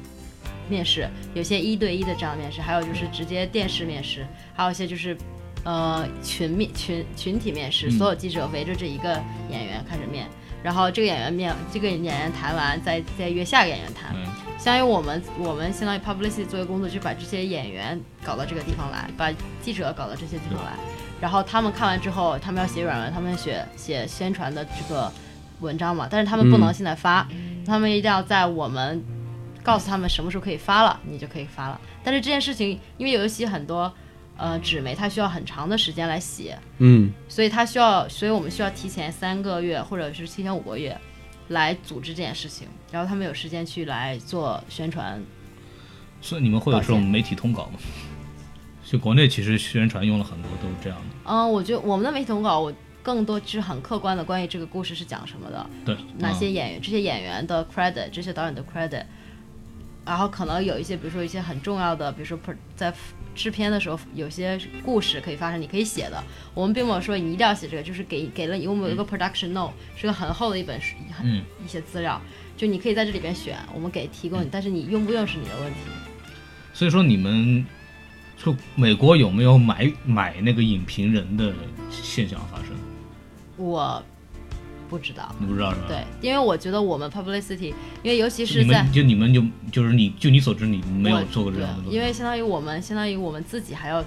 S5: 面试，有些一对一的这样面试，还有就是直接电视面试，还有一些就是呃群面群群体面试，
S3: 嗯
S5: 所有记者围着这一个演员开始面。然后这个演员面，这个演员谈完，再再约下一个演员谈，
S3: 嗯
S5: 相当于我们我们相当于 publicity 做一个工作，就把这些演员搞到这个地方来，把记者搞到这些地方来，然后他们看完之后，他们要写软文，他们写写宣传的这个文章嘛，但是他们不能
S4: 嗯
S5: 现在发，他们一定要在我们告诉他们什么时候可以发了，你就可以发了。但是这件事情，因为有一些很多呃纸媒，它需要很长的时间来写，
S4: 嗯
S5: 所以它需要，所以我们需要提前三个月或者是提前五个月来组织这件事情，然后他们有时间去来做宣传。
S3: 所以你们会有这
S5: 抱
S3: 种
S5: 歉
S3: 媒体通稿吗？就国内其实宣传用了很多都是这样的，
S5: 嗯，我觉得我们的媒体通稿，我更多就是很客观的关于这个故事是讲什么的，
S3: 对，
S5: 哪些
S3: 嗯
S5: 演员、这些演员的 credit，这些导演的 credit，然后可能有一些，比如说一些很重要的，比如说 pro- 在制片的时候，有些故事可以发生，你可以写的。我们并没有说你一定要写这个，就是给给了你，我们有一个 production note，、是个很厚的一本书，很
S3: 嗯
S5: 一些资料，就你可以在这里边选，我们给提供你，但是你用不用是你的问题。
S3: 所以说你们就美国有没有买买那个影评人的现象发生？
S5: 我不知道，
S3: 你不知道是吧？
S5: 对，因为我觉得我们 publicity，因为尤其
S3: 你
S5: 是在
S3: 们就你们就就是你就你所知，你没有
S5: 我
S3: 做过这样的东
S5: 对
S3: 西，
S5: 因为相当于我们，相当于我们自己还要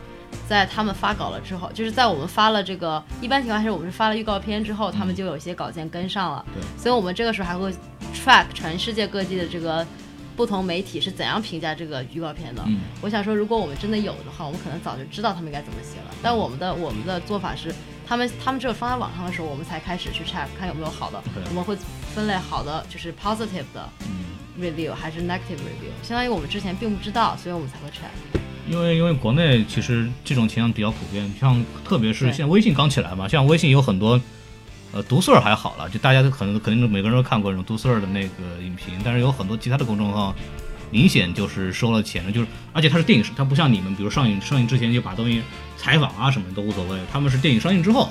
S5: 在他们发稿了之后，就是在我们发了这个，一般情况下是我们是发了预告片之后，他们就有一些稿件跟上了，
S3: 嗯对
S5: 所以我们这个时候还会 track 全世界各地的这个不同媒体是怎样评价这个预告片的。
S3: 嗯
S5: 我想说，如果我们真的有的话，我们可能早就知道他们该怎么写了，但我们的我们的做法是。他们他们只有放在网上的时候，我们才开始去 check 看有没有好的
S3: OK
S5: 我们会分类好的就是 positive 的，review 还是 negative review，相当于我们之前并不知道，所以我们才会 check。
S3: 因为因为国内其实这种情况比较普遍，像特别是
S5: 对
S3: 像微信刚起来嘛，像微信有很多，呃，毒穗儿还好了，就大家都可能肯定每个人都看过这种毒穗儿的那个影评，但是有很多其他的公众号，明显就是收了钱的，就是而且它是电影，它不像你们，比如上映上映之前就把东西采访啊什么都无所谓，他们是电影上映之后。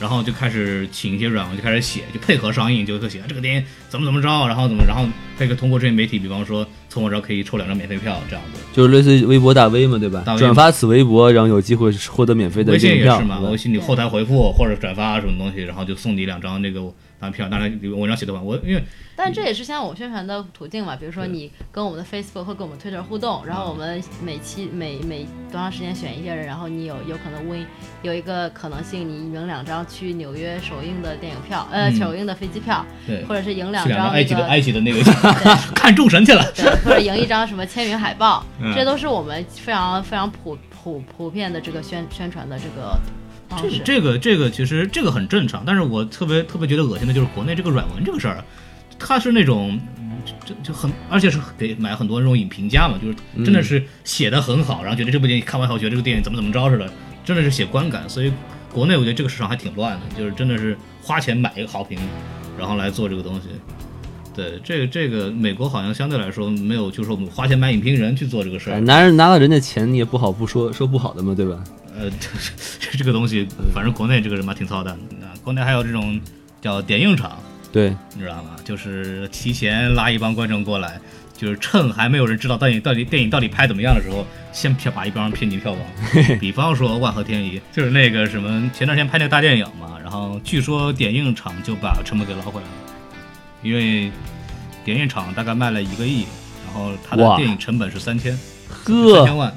S3: 然后就开始请一些软文，就开始写，就配合上映，就会写啊这个电影怎么怎么着，然后怎么，然后再通过这些媒体，比方说从我这儿可以抽两张免费票这样子。
S4: 就是类似于微博大 V 嘛，对吧
S3: 大 V？嘛
S4: 转发此微博，然后有机会获得免费的
S3: 微信
S4: 电影
S3: 也
S4: 票嗯
S3: 是嘛，
S4: 对吧
S3: 微信你
S5: 对
S3: 后台回复或者转发什么东西，然后就送你两张那个单票。当然，文章写的完，我因为
S5: 但这也是现在我们宣传的途径嘛，比如说
S3: 嗯对嗯
S5: 你跟我们的 Facebook 或跟我们 Twitter 互动，然后我们每期每每多长时间选一些人，然后你有有可能 win 有一个可能性，你赢两张去纽约首映的电影票，呃，
S3: 嗯
S5: 首映的飞机票，
S3: 对，
S5: 或者是赢
S3: 去两
S5: 张
S3: 埃
S5: 那
S3: 及的
S5: 个
S3: 埃及的那个 [LAUGHS] 看众神去了。
S5: 对，或者赢一张什么签名海
S3: [LAUGHS]
S5: 报，
S3: 嗯
S5: 这都是我们非常非常普普普遍的这个宣宣传的这个方
S3: 这
S5: 式。
S3: 这个这个其实这个很正常，但是我特别特别觉得恶心的就是国内这个软文这个事儿，它是那种。嗯就就很，而且是给买很多那种影评家嘛，就是真的是写的很好，然后觉得这部电影看完以后觉得这个电影怎么怎么着似的，真的是写观感。所以国内我觉得这个市场还挺乱的，就是真的是花钱买一个好评，然后来做这个东西。对，这个这个美国好像相对来说没有，就是我们花钱买影评人去做这个事儿
S4: 哎，拿人拿到人家钱，你也不好不说说不好的嘛，对吧？
S3: 呃， [LAUGHS] 这这个东西，反正国内这个人嘛挺操蛋的。那国内还有这种叫点映场，
S4: 对，
S3: 你知道吗？就是提前拉一帮观众过来，就是趁还没有人知道到 [LAUGHS] 底到底电影到底拍怎么样的时候，先骗把一帮人 [LAUGHS] 骗进票房。比方说《万和天宜》，就是那个什么前段时间拍那个大电影嘛，然后据说点映场就把成本给捞回来了，因为点映场大概卖了一个亿，然后它的
S4: 哇
S3: 电影成本是三千。三千
S4: 呵，
S3: 万，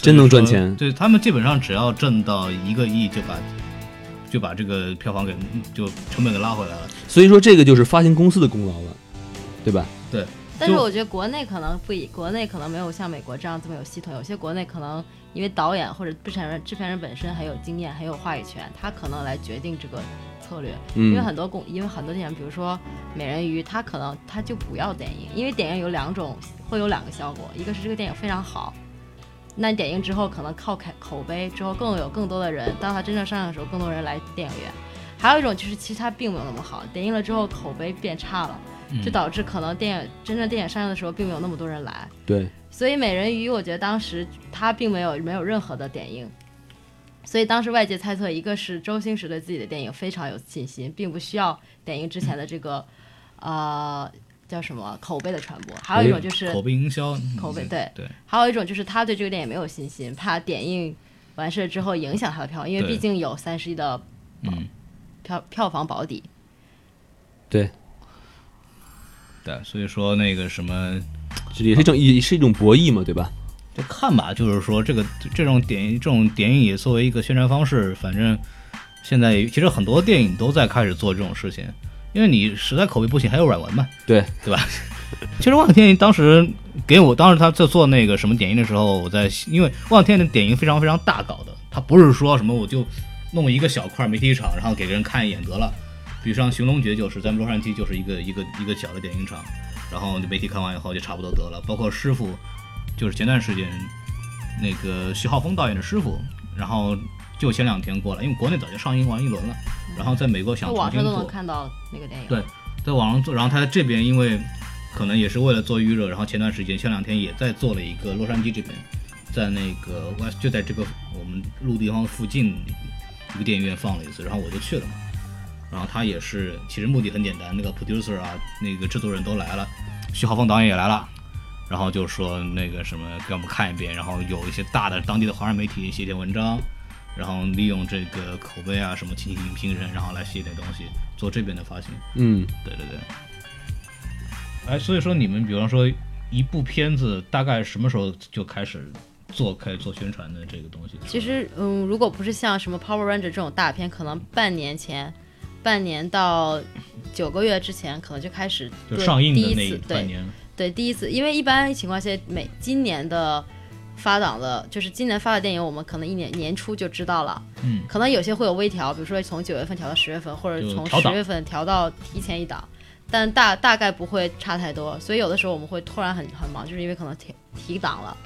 S4: 真能赚钱
S3: 对他们基本上只要挣到一个亿，就把就把这个票房给就成本给拉回来了。
S4: 所以说这个就是发行公司的功劳了，对吧？
S3: 对，
S5: 但是
S3: 就
S5: 我觉得国内可能不一，国内可能没有像美国这样这么有系统。有些国内可能因为导演或者制片人、制片人本身很有经验、很有话语权，他可能来决定这个策略。因为
S4: 嗯
S5: 很多公，因为很多电影，比如说《美人鱼》，他可能他就不要电影，因为电影有两种，会有两个效果，一个是这个电影非常好，那你点映之后，可能靠口口碑之后更有更多的人，当它真正上映的时候，更多人来电影院。还有一种就是，其实它并没有那么好，点映了之后口碑变差了，这导致可能电影真正电影上映的时候，并没有那么多人来。
S4: 对，
S5: 所以美人鱼，我觉得当时它并没有没有任何的点映，所以当时外界猜测，一个是周星驰对自己的电影非常有信心，并不需要点映之前的这个，呃，叫什么口碑的传播；还有一种就是
S3: 口碑营销，
S5: 口碑
S3: 嗯
S5: 对
S3: 对，
S5: 还有一种就是他对这个电影没有信心，怕点映完事之后影响他的票，因为
S3: 对
S5: 毕竟有三十亿的
S3: 嗯，
S5: 票票房保底。
S3: 对，所以说那个什么，
S4: 这也是一种也是一种博弈嘛，对吧？
S3: 就看吧，就是说这个这种点这种电影也作为一个宣传方式，反正现在其实很多电影都在开始做这种事情，因为你实在口碑不行，还有软文嘛，
S4: 对，
S3: 对吧？其实望天天当时给我，当时他在做那个什么点映的时候，我在因为望天的点映非常非常大搞的，他不是说什么我就弄一个小块媒体场，然后给人看一眼得了。比如像《寻龙诀》就是咱们洛杉矶就是一个一个一个小的点映场，然后媒体看完以后就差不多得了。包括师傅，就是前段时间那个徐浩峰导演的师傅，然后就前两天过来，因为国内早就上映完一轮了，然后在美国想
S5: 就
S3: 重
S5: 网
S3: 新
S5: 上都
S3: 做
S5: 能。看到那个电影。
S3: 对在网上做，然后他这边因为可能也是为了做预热，然后前段时间前两天也在做了一个洛杉矶这边，在那个我就在这个我们录地方附近一个电影院放了一次，然后我就去了嘛。然后他也是，其实目的很简单，那个 producer 啊，那个制作人都来了，徐浩峰导演也来了，然后就说那个什么给我们看一遍，然后有一些大的当地的华人媒体写点文章，然后利用这个口碑啊什么请影评人，然后来写点东西，做这边的发行。
S4: 嗯，
S3: 对对对。哎，所以说你们比方说一部片子大概什么时候就开始做开始做宣传的这个东西？
S5: 其实，嗯，如果不是像什么《Power Ranger》这种大片，可能半年前、半年到九个月之前，可能就开始
S3: 就
S5: 对
S3: 上映
S5: 第
S3: 的
S5: 一
S3: 那一
S5: 次
S3: 半
S5: 对
S3: 年，
S5: 对第一次，因为一般情况下，每今年的发档的，就是今年发的电影，我们可能一年年初就知道了，
S3: 嗯，
S5: 可能有些会有微调，比如说从九月份调到十月份，或者
S3: 就
S5: 从
S3: 调
S5: 十
S3: 档
S5: 月份调到提前一档，但大大概不会差太多。所以有的时候我们会突然很很忙，就是因为可能提提档了。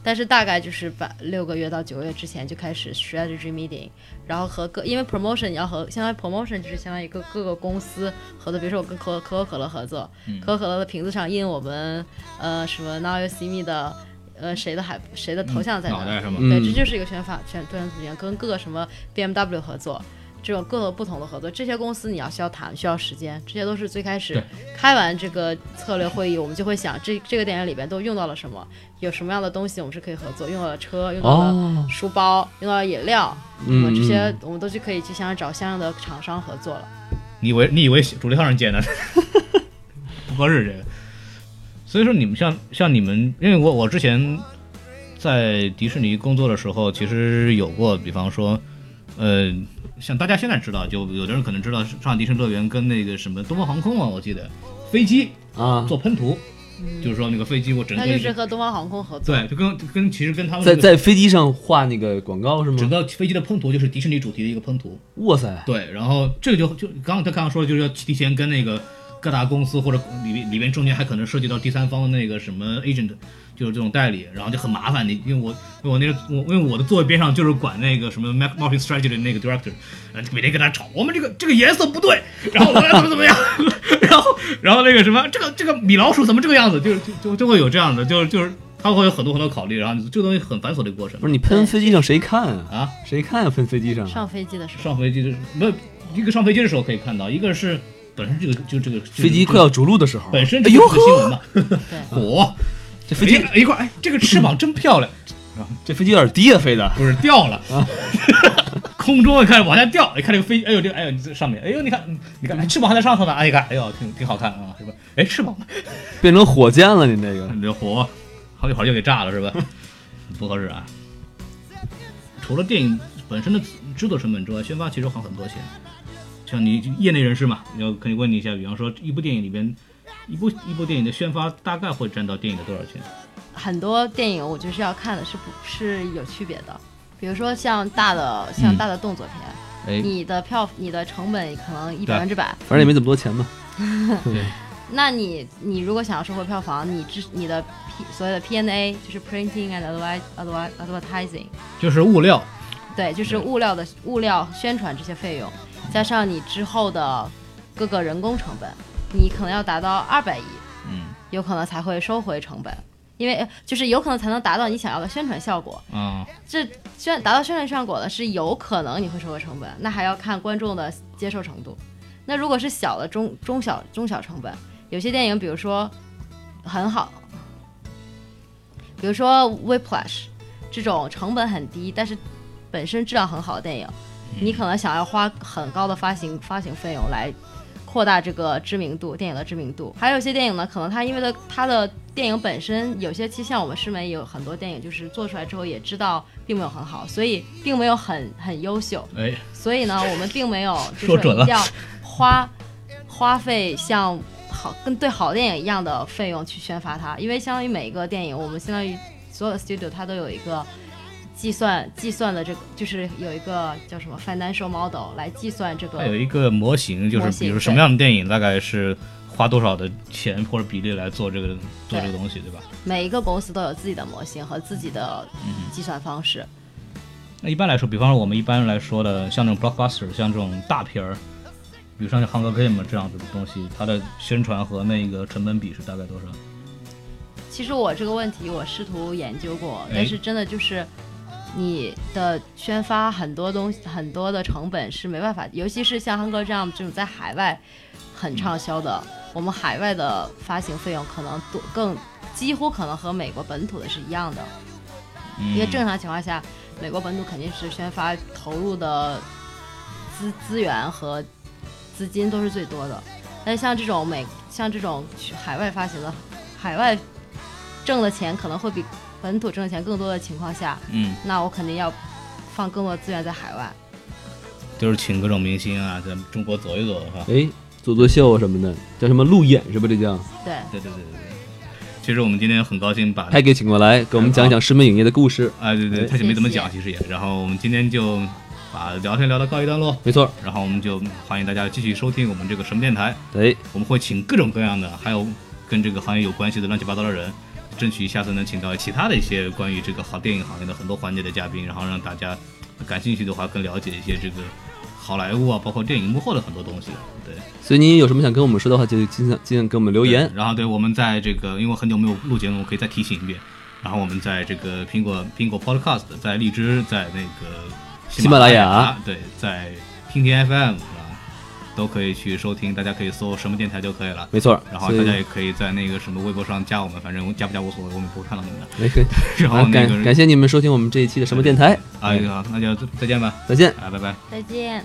S5: 但是大概就是把六个月到九个月之前就开始 strategy meeting，然后和各因为 promotion 你要和相当于 promotion 就是相当于各各个公司合作，比如说我跟可可口可乐合作，
S3: 嗯
S5: 可口可乐的瓶子上印我们呃什么 Now You See Me 的呃谁的海谁的头像在哪
S3: 嗯脑
S5: 儿，
S3: 袋上嘛，
S5: 对，
S4: 嗯
S5: 这就是一个宣发宣宣传组件，跟各个什么 BMW 合作，这种各个不同的合作，这些公司你要需要谈，需要时间，这些都是最开始
S3: 对
S5: 开完这个策略会议，我们就会想这这个电影里边都用到了什么，有什么样的东西我们是可以合作，用到了车，用到
S4: 哦
S5: 了书包，用到了饮料，
S4: 嗯
S5: 啊我们这些我们都去可以去相应找相应的厂商合作了。
S3: 你以为你以为主流相声界呢？ [LAUGHS] 不合适这个。所以说你们像像你们，因为我我之前在迪士尼工作的时候，其实有过，比方说，呃，像大家现在知道，就有的人可能知道上海迪士尼乐园跟那个什么东方航空嘛，我记得飞机
S4: 啊，
S3: 做喷涂，就是说那个飞机我整
S5: 嗯
S3: 个
S5: 那就是和东方航空合作，
S3: 对，就跟跟其实跟他们
S4: 在
S3: 这个
S4: 在飞机上画那个广告是
S3: 整
S4: 吗？
S3: 个飞机的喷涂就是迪士尼主题的一个喷涂，
S4: 哇塞，
S3: 对，然后这个就就刚刚他刚刚说的就是要提前跟那个各大公司或者里边里边中间还可能涉及到第三方的那个什么 agent，就是这种代理，然后就很麻烦。你因为我因为我那个我因为我的座位边上就是管那个什么 mark- marketing strategy 的那个 director，呃每天跟他吵，我们这个这个颜色不对，然后我们怎么怎么样， [LAUGHS] 然后然后那个什么这个这个米老鼠怎么这个样子，就是就就就会有这样的，就是就是他会有很多很多考虑，然后这个东西很繁琐的一个过程
S4: 不是你喷飞机上谁看啊？
S3: 啊。
S4: 谁看啊？喷飞机上？
S5: 上飞机的时候。
S3: 上飞机的时候，没有一个上飞机的时候可以看到，一个是本身这个就这个
S4: 飞机快要着陆的时候，
S3: 本身
S4: 哎
S3: 这
S4: 呦
S3: 就是个新闻
S4: 呵，
S3: 嘛，火
S4: 这飞机
S3: 哎一块哎，这个翅膀真漂
S4: [LAUGHS]
S3: 亮，
S4: 这飞机有点低啊，飞的。
S3: 不是掉了，
S4: 啊
S3: [LAUGHS] 空中看往下掉，你看这个飞，哎呦这个哎呦你这上面，哎呦你看你看哎翅膀还在上头呢，哎你看哎呦挺挺好看啊是吧？哎翅膀呢，
S4: 变成火箭了，你这个
S3: 你这火好一会儿就给炸了是吧？ [LAUGHS] 不合适啊。除了电影本身的制作成本之外，宣发其实花很多钱。像你业内人士嘛，要可以问你一下，比方说一部电影里边，一部一部电影的宣发大概会占到电影的多少钱？
S5: 很多电影我就是要看的是不是有区别的，比如说像大的像大的动作片，
S3: 哎
S5: 嗯你的票你的成本可能一
S3: 对
S5: 百分之百，
S4: 反正也没怎么多钱嘛。
S3: 对，
S5: 那你你如果想要收回票房，你之你的 P 所谓的 P N A 就是 Printing and Advi- Advi- Advertising，
S3: 就是物料，
S5: 对，就是物料的物料宣传这些费用，加上你之后的各个人工成本，你可能要达到二百亿，
S3: 嗯
S5: 有可能才会收回成本，因为呃就是有可能才能达到你想要的宣传效果。
S3: 啊，
S5: 这宣达到宣传效果呢，是有可能你会收回成本，那还要看观众的接受程度。那如果是小的中中小中小成本，有些电影比如说很好，比如说《Whiplash》这种成本很低，但是本身质量很好的电影，你可能想要花很高的发行发行费用来扩大这个知名度，电影的知名度。还有一些电影呢，可能它因为的它的电影本身有些，其实像我们师门也有很多电影，就是做出来之后也知道并没有很好，所以并没有很很优秀。
S3: 哎，
S5: 所以呢，我们并没有就
S3: [LAUGHS] 说
S5: 是
S3: 准
S5: 一
S3: 了
S5: 定要花花费像好跟对好电影一样的费用去宣发它，因为相当于每一个电影，我们相当于所有的 studio 它都有一个计算计算的这个，就是有一个叫什么 financial model 来计算这个
S3: 它有一个模型，就是
S5: 模型
S3: 比如什么样的电影大概是花多少的钱或者比例来做这个做这个东西，对吧？
S5: 每一个公司都有自己的模型和自己的计算方式。
S3: 那一般来说，比方说我们一般来说的，像这种 blockbuster，像这种大片儿，比如像《Hunger Game》这样子的东西，它的宣传和那个成本比是大概多少？
S5: 其实我这个问题我试图研究过，
S3: 哎
S5: 但是真的就是你的宣发很多东西很多的成本是没办法，尤其是像 Hunger Jump 这种在海外很畅销的，我们海外的发行费用可能多更几乎可能和美国本土的是一样的，
S3: 嗯
S5: 因为正常情况下，美国本土肯定是宣发投入的资资源和资金都是最多的，但是像这种美像这种去海外发行的，海外挣的钱可能会比本土挣的钱更多的情况下，
S3: 嗯，
S5: 那我肯定要放更多的资源在海外。
S3: 就是请各种明星啊，在中国走一走，是吧？
S4: 哎，做做秀啊什么的，叫什么路演是吧？这
S3: 嗯
S4: 叫
S5: 对，
S3: 对对对对对。其实我们今天很高兴把
S4: 还给请过来，给我们讲一讲师门影业的故事。
S3: 啊，对对，
S4: 对
S3: 他也没怎么
S5: 谢谢
S3: 讲，其实也。然后我们今天就把聊天聊到告一段落，
S4: 没错，
S3: 然后我们就欢迎大家继续收听我们这个什么电台，
S4: 哎，
S3: 我们会请各种各样的，还有跟这个行业有关系的乱七八糟的人，争取下次能请到其他的一些关于这个好电影行业的很多环节的嘉宾，然后让大家感兴趣的话更了解一些这个好莱坞啊，包括电影幕后的很多东西。对，
S4: 所以您有什么想跟我们说的话，就尽量尽量给我们留言
S3: 对。然后对我们在这个，因为我很久没有录节目，我可以再提醒一遍。然后我们在这个苹果苹果 Podcast，在荔枝，在那个
S4: 喜马拉
S3: 雅
S4: 雅，
S3: 对，在听听 FM 啊，都可以去收听。大家可以搜什么电台就可以了。
S4: 没错，
S3: 然后
S4: 所
S3: 大
S4: 以
S3: 家也可以在那个什么微博上加我们，反正加不加无所谓，我们不会看到你们的。
S4: [LAUGHS] 没可以。
S3: [LAUGHS] 然后
S4: 啊
S3: 那
S4: 感
S3: 个哎
S4: 感谢你们收听我们这一期的什么电台，哎
S3: 啊，好那就再见吧，
S4: 再见。
S3: 啊，拜拜。
S5: 再见。